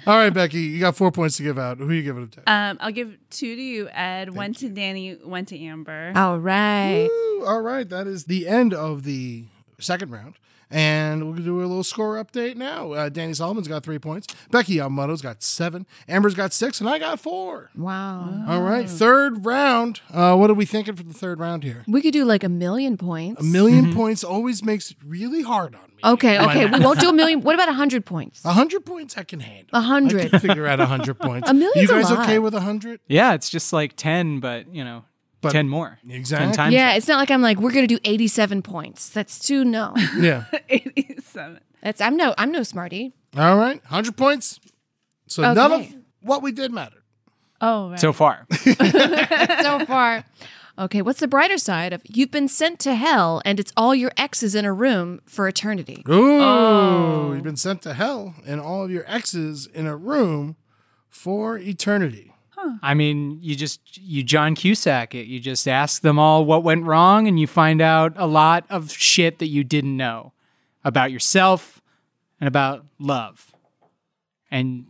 Speaker 2: All right, Becky, you got four points to give out. Who you giving it to?
Speaker 3: Um, I'll give two to you, Ed. one to Danny, one to Amber.
Speaker 1: All right.
Speaker 2: Ooh, All right, that is the end of the second round. And we'll do a little score update now. Uh, Danny Solomon's got three points. Becky Yamamoto's got seven. Amber's got six, and I got four.
Speaker 1: Wow.
Speaker 2: All right, third round. Uh, what are we thinking for the third round here?
Speaker 1: We could do like a million points.
Speaker 2: A 1000000
Speaker 1: Mm-hmm.
Speaker 2: points always makes it really hard on me.
Speaker 1: Okay, okay. We won't do a million. What about a hundred points?
Speaker 2: A hundred points I can handle.
Speaker 1: A hundred.
Speaker 2: I can figure out a hundred points.
Speaker 1: A million's
Speaker 2: You
Speaker 1: a
Speaker 2: guys
Speaker 1: lot.
Speaker 2: okay with a hundred?
Speaker 4: Yeah, it's just like 10, but, you know,
Speaker 2: But-
Speaker 4: 10 more.
Speaker 2: Exactly.
Speaker 4: 10 times.
Speaker 1: Yeah, it's not like I'm like we're gonna do 87 points. That's too no.
Speaker 2: Yeah.
Speaker 3: 87.
Speaker 1: That's I'm no I'm no smarty.
Speaker 2: All right, hundred points. So none of
Speaker 1: Okay.
Speaker 2: what we did mattered.
Speaker 3: Oh, right.
Speaker 4: So far.
Speaker 1: so far. Okay, what's the brighter side of you've been sent to hell and it's all your exes in a room for eternity?
Speaker 2: Ooh, Oh. you've been sent to hell and all of your exes in a room for eternity.
Speaker 4: I mean, you just you John Cusack it. You just ask them all what went wrong, and you find out a lot of shit that you didn't know about yourself and about love. And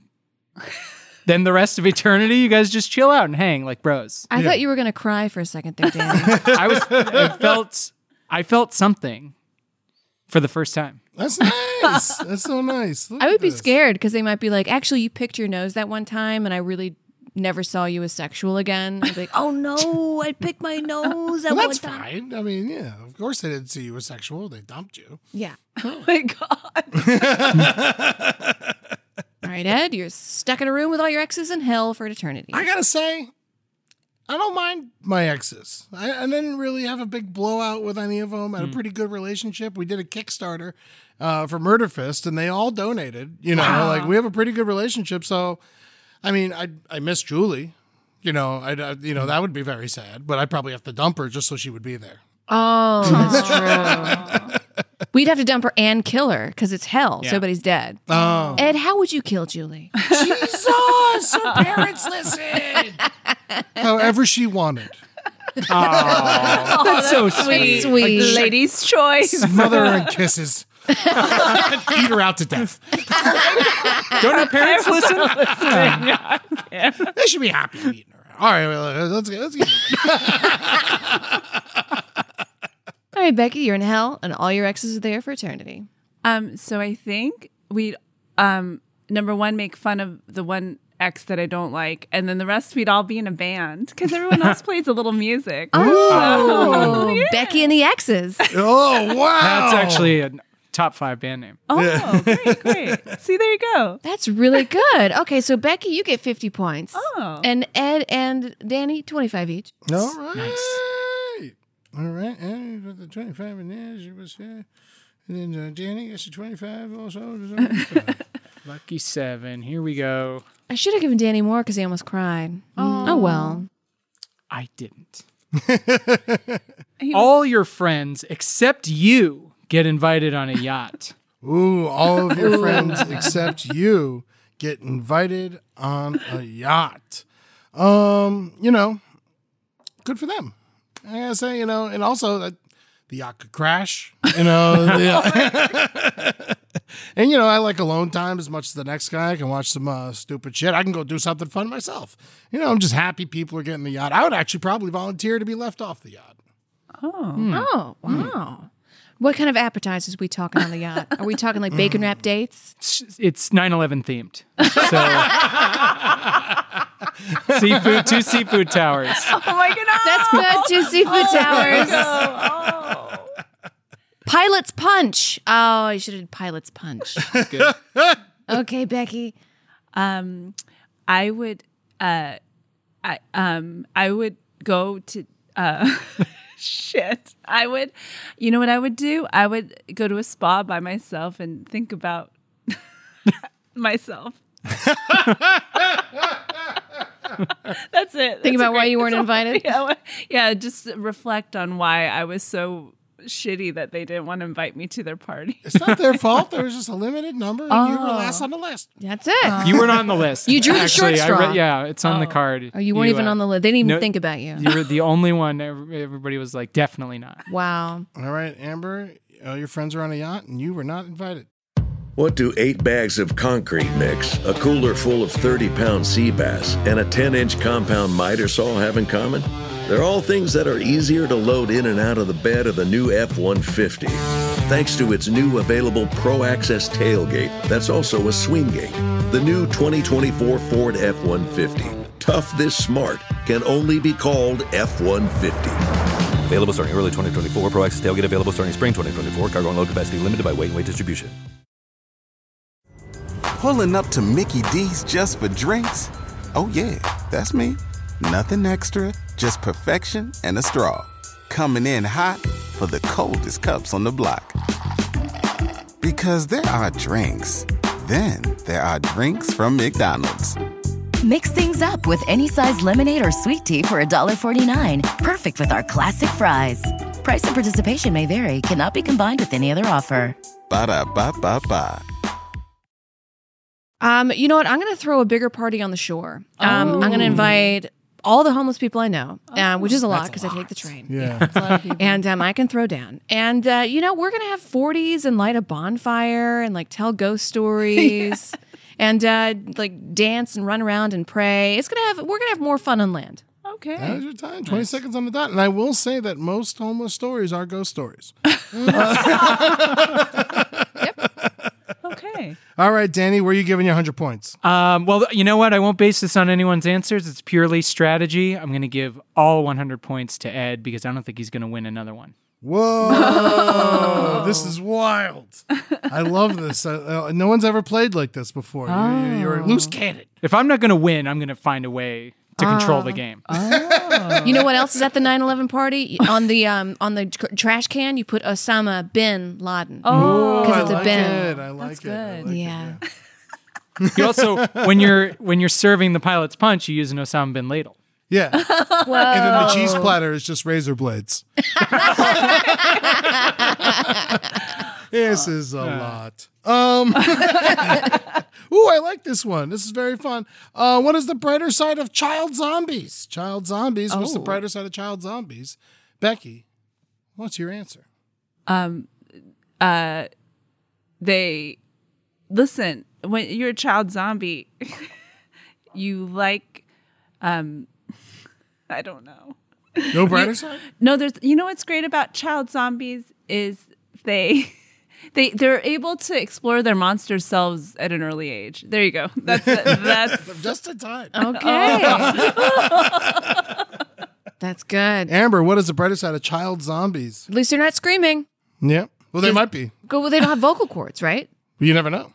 Speaker 4: Then the rest of eternity, you guys just chill out and hang like bros.
Speaker 1: I thought you were gonna cry for a second there, Danny.
Speaker 4: I was I felt I felt something for the first time.
Speaker 2: That's nice. That's so nice. Look
Speaker 1: I
Speaker 2: at
Speaker 1: would be
Speaker 2: this.
Speaker 1: scared because they might be like, actually, you picked your nose that one time, and I really never saw you as sexual again. I'd be like, oh no, I picked my nose at
Speaker 2: Well,
Speaker 1: one
Speaker 2: that's
Speaker 1: time.
Speaker 2: fine. I mean, yeah, of course they didn't see you were sexual. They dumped you.
Speaker 1: Yeah.
Speaker 3: Oh my God.
Speaker 1: All right, Ed, you're stuck in a room with all your exes in hell for an eternity.
Speaker 2: I gotta say, I don't mind my exes. I, I didn't really have a big blowout with any of them. I had a pretty good relationship. We did a Kickstarter uh, for Murder Fist, and they all donated. You know, like we have a pretty good relationship. So, I mean, I I miss Julie. You know, I I- you know that would be very sad, but I would probably have to dump her just so she would be there.
Speaker 1: Oh, that's true. We'd have to dump her and kill her because it's hell. So Somebody's dead.
Speaker 2: Oh,
Speaker 1: Ed, how would you kill Julie?
Speaker 2: Jesus! Her parents listen. However, she wanted.
Speaker 4: that's so sweet.
Speaker 1: That's sweet.
Speaker 3: Ladies' choice.
Speaker 2: Mother and kisses. Eat her out to death.
Speaker 4: Don't her parents listen?
Speaker 2: They should be happy I'm eating her. out. All right, well, uh, let's get, let's get.
Speaker 1: all right, Becky, you're in hell, and all your exes are there for eternity.
Speaker 3: Um, so I think we'd um number one make fun of the one ex that I don't like, and then the rest we'd all be in a band because everyone else plays a little music.
Speaker 1: Oh, Becky and the exes.
Speaker 2: Oh wow!
Speaker 4: That's actually a top five band name.
Speaker 3: Oh, great, great. See, there you go.
Speaker 1: That's really good. Okay, so Becky, you get 50 points.
Speaker 3: Oh.
Speaker 1: And Ed and Danny, 25 each.
Speaker 2: all right. All right, and with the twenty-five and there she was here, and then uh, Danny gets the twenty-five also.
Speaker 4: Lucky seven. Here we go.
Speaker 1: I should have given Danny more because he almost cried. Oh, well.
Speaker 4: I didn't. All your friends except you get invited on a yacht.
Speaker 2: Ooh, all of your friends except you get invited on a yacht. Um, you know, good for them. I gotta say, you know, and also that the yacht could crash, you know. the- and you know, I like alone time as much as the next guy. I can watch some uh, stupid shit. I can go do something fun myself. You know, I'm just happy people are getting the yacht. I would actually probably volunteer to be left off the yacht.
Speaker 1: Oh, wow. What kind of appetizers we talking on the yacht? Are we talking like bacon wrap dates?
Speaker 4: It's- It's 9 11 themed. So. seafood, two seafood towers.
Speaker 3: Oh my god.
Speaker 1: That's good. Two seafood towers.
Speaker 3: Oh, oh.
Speaker 1: Pilot's punch. Oh, I should have did pilot's punch.
Speaker 4: Good.
Speaker 1: Okay, Becky.
Speaker 3: Um, I would, uh, I um, I would go to uh, shit. I would, you know what I would do? I would go to a spa by myself and think about myself. That's it.
Speaker 1: Think
Speaker 3: That's a
Speaker 1: about why
Speaker 3: great-
Speaker 1: you weren't invited.
Speaker 3: yeah, wh- yeah. Just reflect on why I was so shitty that they didn't want to invite me to their party.
Speaker 2: It's not their fault. There was just a limited number, and you were last on the list.
Speaker 1: That's it.
Speaker 4: You weren't on the list.
Speaker 1: Oh. You drew the short
Speaker 4: Actually, I
Speaker 1: straw.
Speaker 4: read- yeah, it's on the card.
Speaker 1: oh, you weren't even
Speaker 4: uh,
Speaker 1: on the list. They didn't even
Speaker 4: no-
Speaker 1: think about you.
Speaker 4: You were the only one. ev- Everybody was like, definitely not.
Speaker 1: Wow.
Speaker 2: All right, Amber, all your friends are on a yacht, and you were not invited.
Speaker 5: What do eight bags of concrete mix, a cooler full of 30 pound sea bass, and a 10 inch compound miter saw have in common? They're all things that are easier to load in and out of the bed of the new F 150, thanks to its new available Pro Access tailgate that's also a swing gate. The new 2024 Ford F 150, tough this smart, can only be called F 150.
Speaker 6: Available starting early 2024. Pro Access tailgate available starting spring 2024. Cargo and load capacity limited by weight and weight distribution.
Speaker 7: Pulling up to Mickey D's just for drinks? Oh, yeah, that's me. Nothing extra, just perfection and a straw. Coming in hot for the coldest cups on the block. Because there are drinks, then there are drinks from McDonald's.
Speaker 8: Mix things up with any size lemonade or sweet tea for $1.49. Perfect with our classic fries. Price and participation may vary, cannot be combined with any other offer.
Speaker 7: Ba da ba ba ba.
Speaker 1: Um, you know what? I'm going to throw a bigger party on the shore. Um, I'm going to invite all the homeless people I know, uh, which is a lot because I take the train.
Speaker 2: Yeah.
Speaker 1: And um, I can throw down. And, uh, you know, we're going to have 40s and light a bonfire and like tell ghost stories. and uh, like dance and run around and pray. It's gonna have we're gonna have more fun on land.
Speaker 2: That was
Speaker 3: Okay.
Speaker 2: your time. 20 seconds on the dot. And I will say that most homeless stories are ghost stories.
Speaker 3: Okay.
Speaker 2: All right, Danny, where are you giving your 100 points?
Speaker 4: Um, well, you know what? I won't base this on anyone's answers. It's purely strategy. I'm going to give all 100 points to Ed because I don't think he's going to win another one.
Speaker 2: Whoa, this is wild. I love this. Uh, uh, no one's ever played like this before. You- you- You're, a loose cannon.
Speaker 4: If I'm not going to win, I'm going to find a way to control
Speaker 2: Oh.
Speaker 4: the game.
Speaker 1: You know what else is at the 9/11 party? On the um on the tr- trash can, you put Osama bin Laden.
Speaker 3: Oh,
Speaker 2: I
Speaker 1: it's a
Speaker 2: like
Speaker 1: bin.
Speaker 2: it. I like
Speaker 3: That's
Speaker 2: it. I
Speaker 3: good.
Speaker 2: like it,
Speaker 1: Yeah.
Speaker 4: You also, when you're when you're serving the pilot's punch, you use an Osama bin Ladle.
Speaker 2: Yeah. And then the cheese platter is just razor blades. this is a lot. Um, ooh, I like this one. This is very fun. Uh, what is the brighter side of child zombies? Child zombies. What's the
Speaker 1: Oh.
Speaker 2: brighter side of child zombies? Becky, what's your answer?
Speaker 3: um, uh, they listen when you're a child zombie, you like, um, I don't know.
Speaker 2: No brighter side?
Speaker 3: No, there's you know what's great about child zombies is they they they're able to explore their monster selves at an early age. There you go. That's that's
Speaker 2: Just in time.
Speaker 1: Okay. That's good.
Speaker 2: Amber, what is the brighter side of child zombies?
Speaker 1: At least they're not screaming.
Speaker 2: Yeah. Well, they might be.
Speaker 1: Go. Well, they don't have vocal cords, right?
Speaker 2: You never know.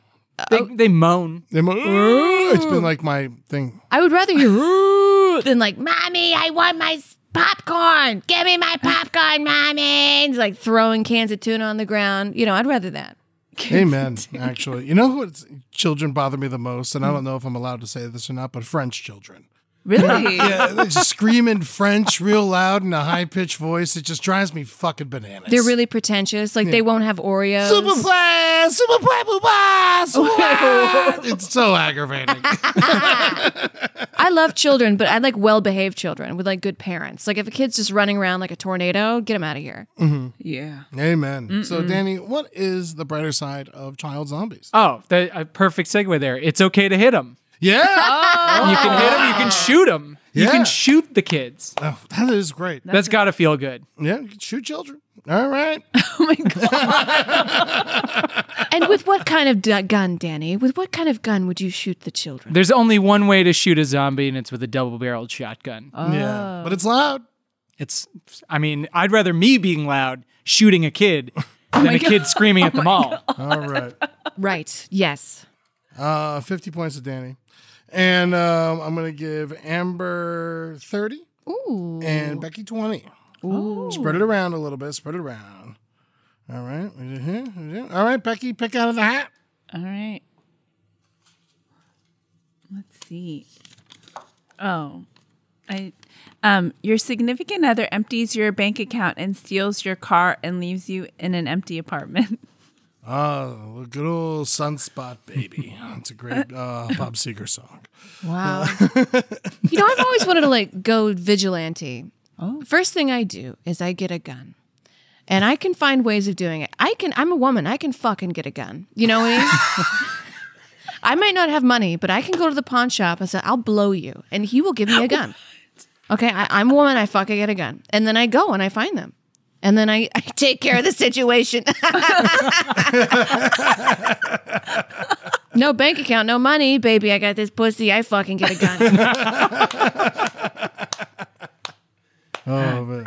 Speaker 4: They,
Speaker 3: Oh.
Speaker 4: they moan.
Speaker 2: They might, Ooh, it's been like my thing.
Speaker 1: I would rather hear "Ooh," than like, "Mommy, I want my s- popcorn. Give me my popcorn, mommy." And it's like throwing cans of tuna on the ground. You know, I'd rather that.
Speaker 2: Amen. Actually, you know who it's- children bother me the most, and I don't know if I'm allowed to say this or not, but French children.
Speaker 3: really
Speaker 2: Yeah, they just scream in French real loud in a high pitched voice. It just drives me fucking bananas.
Speaker 1: They're really pretentious. Like they won't have Oreos.
Speaker 2: super play, super play, boo blah, super blah. It's so aggravating.
Speaker 1: I love children, but I like well-behaved children with like good parents. Like if a kid's just running around like a tornado, get him out of here.
Speaker 3: yeah.
Speaker 2: Amen. So, Danny, what is the brighter side of child zombies?
Speaker 4: Oh, the, a perfect segue there. It's okay to hit them.
Speaker 2: yeah,
Speaker 4: You can hit them. You can shoot them. You
Speaker 2: Yeah.
Speaker 4: can shoot the kids.
Speaker 2: Oh, that is great.
Speaker 4: That's got to feel good.
Speaker 2: Yeah, you can shoot children. All right.
Speaker 1: And with what kind of du- gun, Danny? With what kind of gun would you shoot the children?
Speaker 4: There's only one way to shoot a zombie, and it's with a double-barreled shotgun.
Speaker 2: Yeah, but it's loud.
Speaker 4: Oh. It's, I mean, I'd rather me being loud shooting a kid
Speaker 2: Oh
Speaker 4: than a kid screaming at the mall.
Speaker 2: All right.
Speaker 1: Right. Yes.
Speaker 2: Uh, 50 points to Danny. And um, I'm going to give Amber 30
Speaker 1: Ooh.
Speaker 2: and Becky 20. Spread it around a little bit. Spread it around. All right. Mhm. All right, Becky, pick out of the hat.
Speaker 3: All right. Let's see. Oh. I um your significant other empties your bank account and steals your car and leaves you in an empty apartment.
Speaker 2: Oh, good old Sunspot Baby. It's a great uh, Bob Seger song.
Speaker 1: Wow. you know, I've always wanted to like go vigilante. First thing I do is I get a gun. And I can find ways of doing it. I can I'm a woman. I can fucking get a gun. You know what I mean? I might not have money, but I can go to the pawn shop and say, I'll blow you. And he will give me a gun. Okay, I, I'm a woman, I fuck I get a gun. And then I go and I find them. And then I, I take care of the situation. no bank account, no money, baby. I got this pussy. I fucking get a gun.
Speaker 2: Oh, man.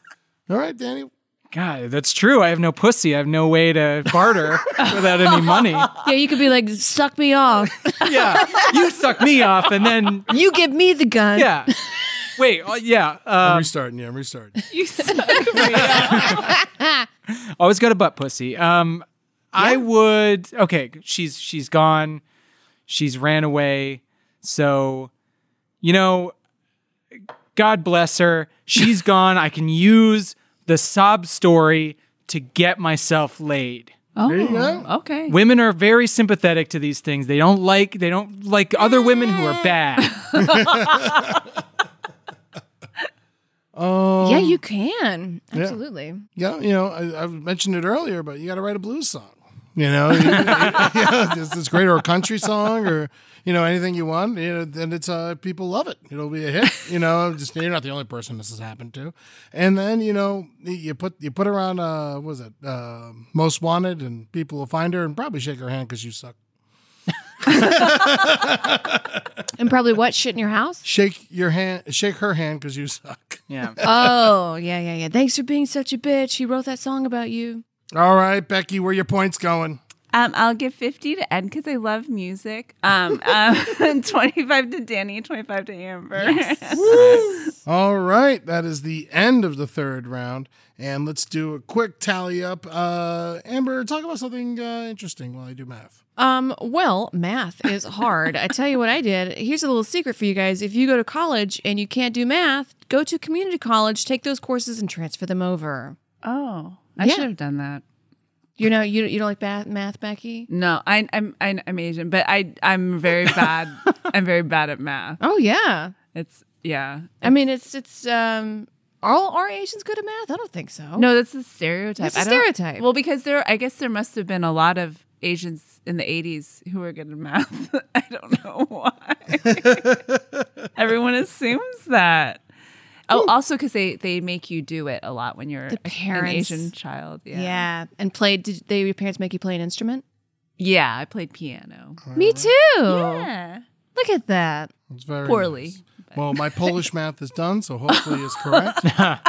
Speaker 2: All right, Danny.
Speaker 4: God, that's true. I have no pussy. I have no way to barter without any money.
Speaker 1: Yeah, you could be like, suck me off.
Speaker 4: Yeah, you suck me off, and then
Speaker 1: You give me the gun.
Speaker 4: yeah. Wait, uh, yeah.
Speaker 2: I'm
Speaker 4: Uh,
Speaker 2: restarting. Yeah, I'm restarting.
Speaker 3: You said
Speaker 4: always got a butt pussy. Um, I would. Okay, she's she's gone. She's ran away. So, you know, God bless her. She's gone. I can use the sob story to get myself laid.
Speaker 2: There you go.
Speaker 3: Okay.
Speaker 4: Women are very sympathetic to these things. They don't like they don't like other women who are bad.
Speaker 1: Yeah, you can. Absolutely.
Speaker 2: Yeah, you know, I, I mentioned it earlier, but you got to write a blues song. You know, yeah, this is great or a country song or you know anything you want. You know, then it's uh people love it. It'll be a hit. You know, just you're not the only person this has happened to. And then you know you put you put around uh what was it uh, most wanted and people will find her and probably shake her hand because you suck.
Speaker 1: And probably what shit in your house?
Speaker 2: Shake your hand, shake her hand because you suck.
Speaker 4: Yeah.
Speaker 1: Oh, yeah, yeah, yeah. Thanks for being such a bitch. He wrote that song about you.
Speaker 2: All right, Becky, where your points going?
Speaker 3: Um, I'll give 50 to Ed because I love music. Um, um, 25 to Danny, 25 to Amber.
Speaker 2: All right, that is the end of the third round, and let's do a quick tally up. Uh, Amber, talk about something uh, interesting while I do math.
Speaker 1: Um, well, math is hard. I tell you what I did. Here's a little secret for you guys. If you go to college and you can't do math, go to community college, take those courses and transfer them over.
Speaker 3: Oh, I
Speaker 1: Yeah.
Speaker 3: should have done that.
Speaker 1: You know, you, you don't like math, math, Becky?
Speaker 3: No, I, I'm I, I'm Asian, but I I'm very bad. I'm very bad at math.
Speaker 1: Oh, yeah.
Speaker 3: It's yeah.
Speaker 1: I mean, it's, it's, um, are, are Asians good at math? I don't think so.
Speaker 3: No, that's a stereotype.
Speaker 1: That's a
Speaker 3: I don't-
Speaker 1: stereotype.
Speaker 3: Well, because there, I guess there must have been a lot of Asians in the '80s who were good at math. I don't know why. Everyone assumes that. Oh, also because they they make you do it a lot when you're
Speaker 1: The
Speaker 3: a- an
Speaker 1: parents.
Speaker 3: Asian child. Yeah.
Speaker 1: Yeah. And played, did they, your parents make you play an instrument?
Speaker 3: Yeah, I played piano.
Speaker 1: Me too. Look at that.
Speaker 2: It's very
Speaker 3: Poorly.
Speaker 2: nice. Well, my Polish math is done, so hopefully it's correct.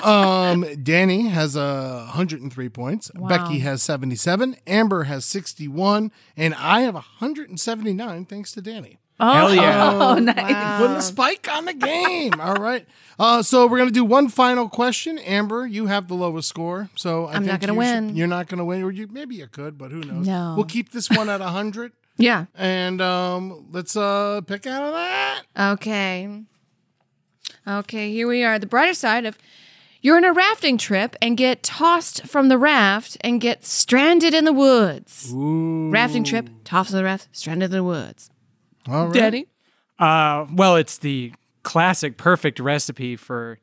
Speaker 2: um, Danny has uh, 103 points. Becky has 77. Amber has 61. And I have 179, thanks to Danny.
Speaker 3: Oh,
Speaker 4: Hell yeah.
Speaker 3: nice.
Speaker 2: Putting a spike on the game. All right. Uh, so we're going to do one final question. Amber, you have the lowest score. So I
Speaker 1: I'm not
Speaker 2: think
Speaker 1: gonna
Speaker 2: you should-
Speaker 1: win.
Speaker 2: You're not going to win. Or you, maybe you could, but who knows?
Speaker 1: No.
Speaker 2: We'll keep this one at 100.
Speaker 1: Yeah.
Speaker 2: And um, let's uh, pick out of that.
Speaker 1: Okay. Okay, here we are. The brighter side of you're on a rafting trip and get tossed from the raft and get stranded in the woods. Rafting trip, tossed from the raft, stranded in the woods.
Speaker 2: All right.
Speaker 1: Daddy?
Speaker 4: Uh, well, it's the classic perfect recipe for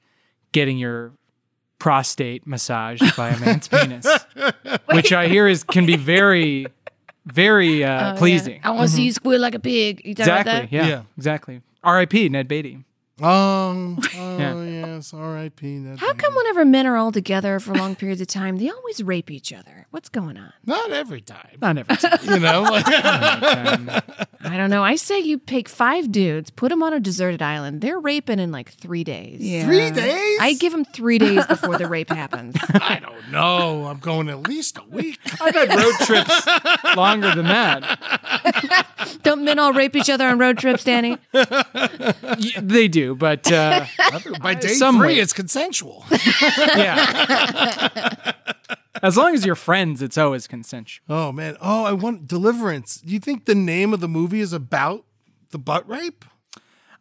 Speaker 4: getting your prostate massaged by a man's penis, which I hear is can be very, very uh, pleasing.
Speaker 1: I want to see you squeal like a pig. You talking
Speaker 4: Exactly.
Speaker 1: Oh, about that?
Speaker 4: Yeah,
Speaker 2: Yeah.
Speaker 4: Exactly. R.I.P. Ned Beatty.
Speaker 2: Um. Oh yes. R.I.P. Ned
Speaker 1: How
Speaker 2: Beatty.
Speaker 1: come whenever men are all together for long periods of time, they always rape each other? What's going on?
Speaker 2: Not every time.
Speaker 4: Not every time.
Speaker 2: You know.
Speaker 1: I don't know. I say you pick five dudes, put them on a deserted island. They're raping in like three days.
Speaker 3: Yeah.
Speaker 2: three days.
Speaker 1: I give them three days before the rape happens.
Speaker 2: I don't know. I'm going at least a week.
Speaker 4: I've had road trips longer than that.
Speaker 1: Don't men all rape each other on road trips, Danny?
Speaker 4: Y- They do, but uh,
Speaker 2: By day
Speaker 4: Some
Speaker 2: three,
Speaker 4: way.
Speaker 2: it's consensual.
Speaker 4: yeah. As long as you're friends, it's always consensual.
Speaker 2: oh man. Oh, I want Deliverance. Do you think the name of the movie is about the butt rape?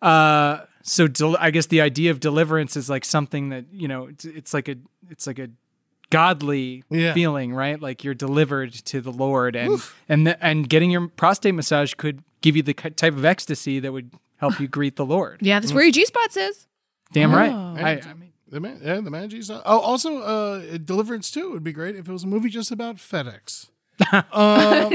Speaker 4: Uh, so del- I guess the idea of deliverance is like something that you know it's, it's like a it's like a godly
Speaker 2: Yeah.
Speaker 4: feeling, right? Like you're delivered to the Lord, and and the, and getting your prostate massage could give you the ki- type of ecstasy that would help you greet the Lord.
Speaker 1: Yeah, that's where your G spots is.
Speaker 4: Damn right. I, I mean,
Speaker 2: Oh. The man, yeah, the man Jesus. Oh, also, uh, Deliverance too would be great if it was a movie just about FedEx. Um,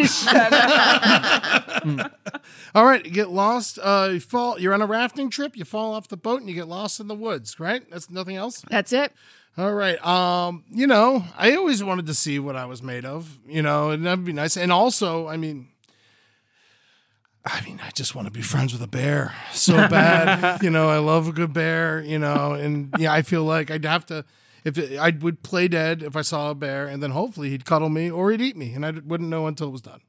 Speaker 4: Mm.
Speaker 2: all right, you get lost. Uh, you fall. You're on a rafting trip. You fall off the boat and you get lost in the woods. Right? That's nothing else.
Speaker 1: That's it.
Speaker 2: All right. Um, you know, I always wanted to see what I was made of. You know, and that'd be nice. And also, I mean. I mean, I just want to be friends with a bear so bad. you know, I love a good bear, you know, and yeah, I feel like I'd have to, if it, I would play dead if I saw a bear, and then hopefully he'd cuddle me or he'd eat me, and I wouldn't know until it was done.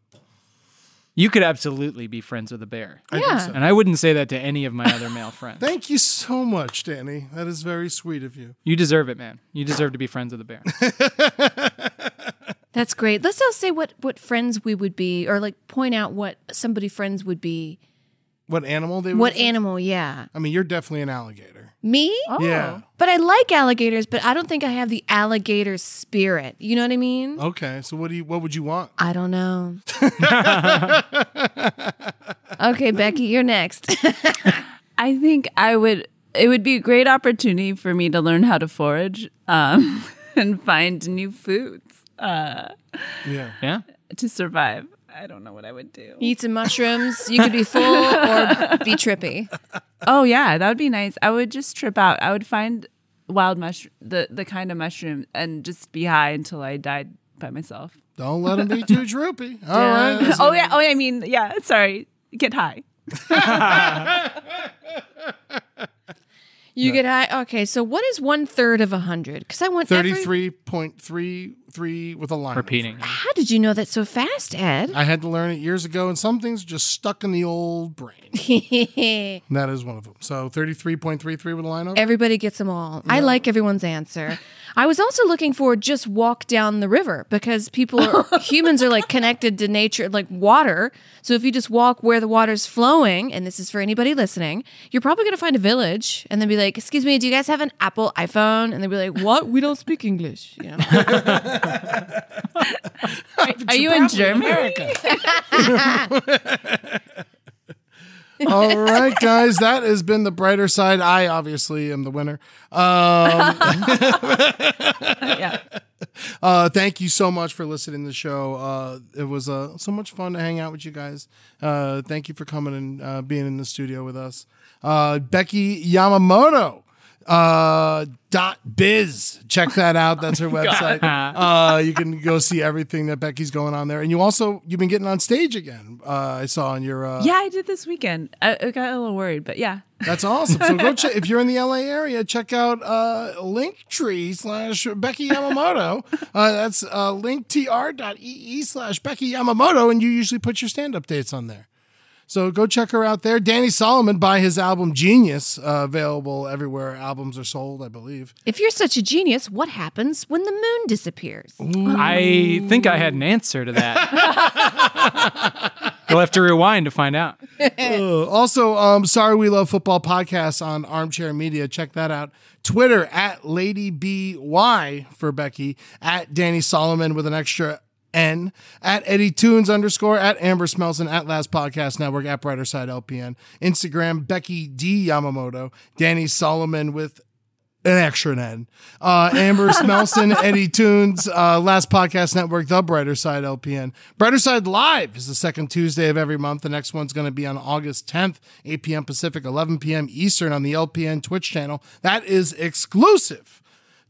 Speaker 4: you could absolutely be friends with a bear,
Speaker 1: yeah.
Speaker 4: and I wouldn't say that to any of my other male friends.
Speaker 2: Thank you so much, Danny. That is very sweet of you.
Speaker 4: You deserve it, man. You deserve to be friends with a bear.
Speaker 1: That's great. Let's all say what what friends we would be, or like point out what somebody friends would be.
Speaker 2: What animal they would
Speaker 1: What
Speaker 2: be?
Speaker 1: animal? Yeah,
Speaker 2: I mean, you're definitely an alligator.
Speaker 1: me.
Speaker 2: Yeah.
Speaker 1: But I like alligators, but I don't think I have the alligator spirit. You know what I mean?
Speaker 2: Okay. So what do you? What would you want?
Speaker 1: I don't know. okay, Becky, you're next.
Speaker 3: I think I would. It would be a great opportunity for me to learn how to forage um, and find new foods.
Speaker 2: Yeah.
Speaker 4: Yeah.
Speaker 3: to survive. I don't know what I would do.
Speaker 1: Eat some mushrooms. You could be full or be trippy.
Speaker 3: Oh yeah, that would be nice. I would just trip out. I would find wild mushroom, the the kind of mushroom, and just be high until I died by myself.
Speaker 2: Don't let him be too droopy. All right. That's-
Speaker 3: Oh yeah. Oh, I mean, yeah. Sorry. Get high.
Speaker 1: You get high. Okay, so what is one third of a hundred? Because I want every-
Speaker 2: 33.33 with a line.
Speaker 4: Repeating.
Speaker 1: How did you know that so fast, Ed?
Speaker 2: I had to learn it years ago, and some things are just stuck in the old brain. And that is one of them. So 33.33 with a line over.
Speaker 1: Everybody gets them all. I like everyone's answer. I was also looking for just walk down the river because people, are, humans are like connected to nature, like water. So if you just walk where the water's flowing, and this is for anybody listening, you're probably going to find a village and then be like, Excuse me, do you guys have an Apple iPhone? And they'll be like, What? We don't speak English. You know?
Speaker 3: Are you in Germany?
Speaker 2: All right, guys, that has been the brighter side. I obviously am the winner. Um,
Speaker 3: yeah.
Speaker 2: uh, thank you so much for listening to the show. Uh, it was uh, so much fun to hang out with you guys. Uh, thank you for coming and uh, being in the studio with us. Uh, Becky Yamamoto uh, dot biz. Check that out. That's her website. Uh, you can go see everything that Becky's going on there. And you also you've been getting on stage again. Uh, I saw on your uh,
Speaker 3: Yeah, I did this weekend. I, I got a little worried, but yeah.
Speaker 2: That's awesome. So go check if you're in the LA area, check out uh, Linktree slash Becky Yamamoto. Uh, that's uh, linktr.ee slash Becky Yamamoto, and you usually put your stand up dates on there. So go check her out there. Danny Solomon buy his album Genius, uh, available everywhere albums are sold, I believe.
Speaker 1: if you're such a genius, what happens when the moon disappears?
Speaker 4: I think I had an answer to that. You'll have to rewind to find out.
Speaker 2: Uh, also, um, sorry we love football podcast on Armchair Media. Check that out. Twitter at LadyBY for Becky at Danny Solomon with an extra N at Eddie Tunes underscore at Amber Smelson at Last Podcast Network at Brighter Side LPN Instagram Becky D Yamamoto Danny Solomon with an extra N. Uh, Amber Smelson, Eddie Tunes, uh, Last Podcast Network, The Brighter Side LPN. Brighter Side Live is the second Tuesday of every month. The next one's going to be on August 10th, 8 p.m. Pacific, 11 p.m. Eastern on the LPN Twitch channel. That is exclusive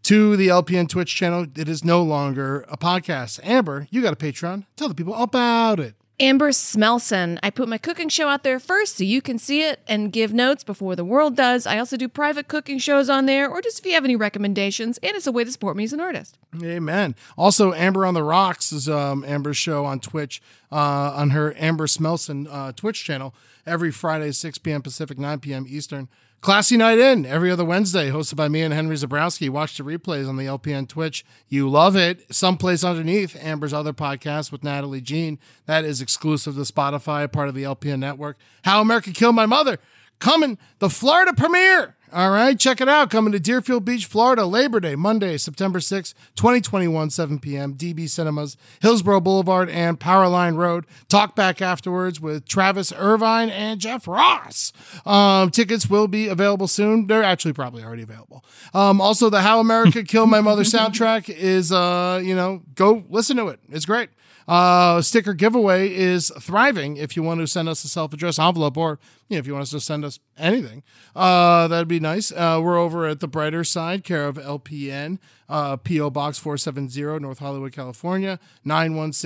Speaker 2: to the LPN Twitch channel. It is no longer a podcast. Amber, you got a Patreon. Tell the people about it.
Speaker 1: Amber Smelson. I put my cooking show out there first so you can see it and give notes before the world does. I also do private cooking shows on there, or just if you have any recommendations, and it's a way to support me as an artist.
Speaker 2: Amen. Also, Amber on the Rocks is um, Amber's show on Twitch, uh, on her Amber Smelson uh, Twitch channel every Friday, 6 p.m. Pacific, 9 p.m. Eastern. Classy Night In every other Wednesday, hosted by me and Henry Zabrowski. Watch the replays on the LPN Twitch. You love it. Someplace underneath Amber's other podcast with Natalie Jean. That is exclusive to Spotify, part of the LPN network. How America Killed My Mother coming the Florida premiere. All right, check it out. Coming to Deerfield Beach, Florida, Labor Day, Monday, September 6th, 2021, 7 p.m. DB Cinemas, Hillsborough Boulevard, and Powerline Road. Talk back afterwards with Travis Irvine and Jeff Ross. Um, tickets will be available soon. They're actually probably already available. Um, also, the How America Killed My Mother soundtrack is, uh, you know, go listen to it. It's great. Uh, sticker giveaway is thriving. If you want to send us a self-addressed envelope, or you know, if you want us to send us anything, uh, that'd be nice. Uh, we're over at the Brighter Side, care of LPN, uh, PO Box 470, North Hollywood, California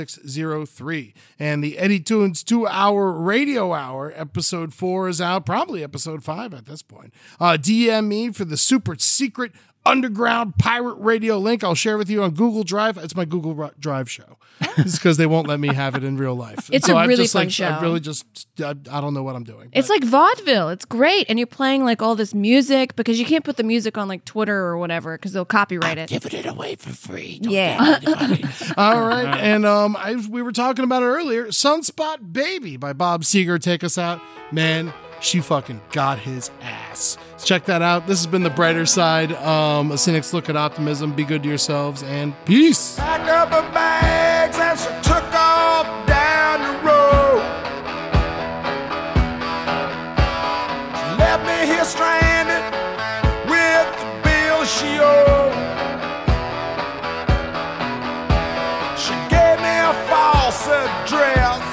Speaker 2: 91603. And the Eddie Tunes two-hour radio hour, episode four is out, probably episode five at this point. Uh, DM me for the super secret underground pirate radio link I'll share with you on Google Drive. It's my Google Ri- Drive show. it's because they won't let me have it in real life.
Speaker 1: It's a
Speaker 2: I'm
Speaker 1: really
Speaker 2: just
Speaker 1: fun
Speaker 2: like, I
Speaker 1: show.
Speaker 2: really just, I, I don't know what I'm doing.
Speaker 1: It's like vaudeville. It's great. And you're playing like all this music because you can't put the music on like Twitter or whatever because they'll copyright it.
Speaker 2: Giving it away for free.
Speaker 1: Yeah.
Speaker 2: All right. And um, I, we were talking about it earlier. Sunspot Baby by Bob Seger. Take us out. Man, she fucking got his ass. Check that out. This has been The Brighter Side, um, a cynic's look at optimism. Be good to yourselves and peace.
Speaker 9: packed up her bags and she took off down the road. She left me here stranded with the bill she owed. She gave me a false
Speaker 7: fancy dress.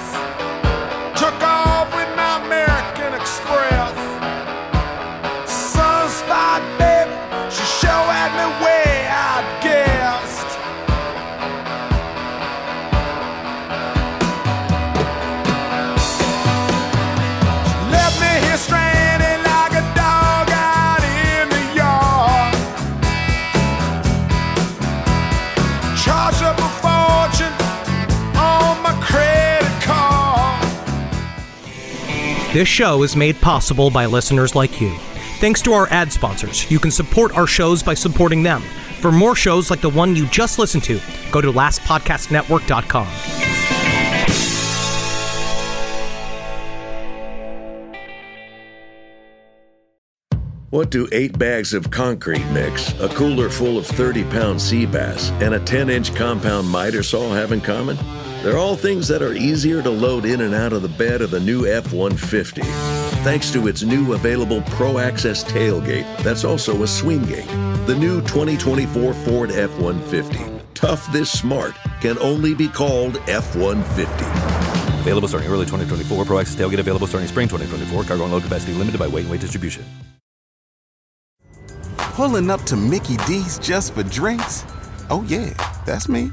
Speaker 7: Took off with my American Express. Sunspot, baby, she sure had me way out guessed. Left me here stranded like a dog out in the yard. Charged up a fortune on my credit card.
Speaker 4: This show is made possible by listeners like you. Thanks to our ad sponsors, you can support our shows by supporting them. For more shows like the one you just listened to, go to lastpodcastnetwork.com.
Speaker 5: What do eight bags of concrete mix, a cooler full of 30 pound sea bass, and a 10 inch compound miter saw have in common? They're all things that are easier to load in and out of the bed of the new F 150, thanks to its new available Pro Access tailgate that's also a swing gate. The new 2024 Ford F 150, tough this smart, can only be called F 150.
Speaker 10: Available starting early 2024. Pro Access tailgate available starting spring 2024. Cargo and load capacity limited by weight and weight distribution.
Speaker 11: Pulling up to Mickey D's just for drinks? Oh, yeah, that's me.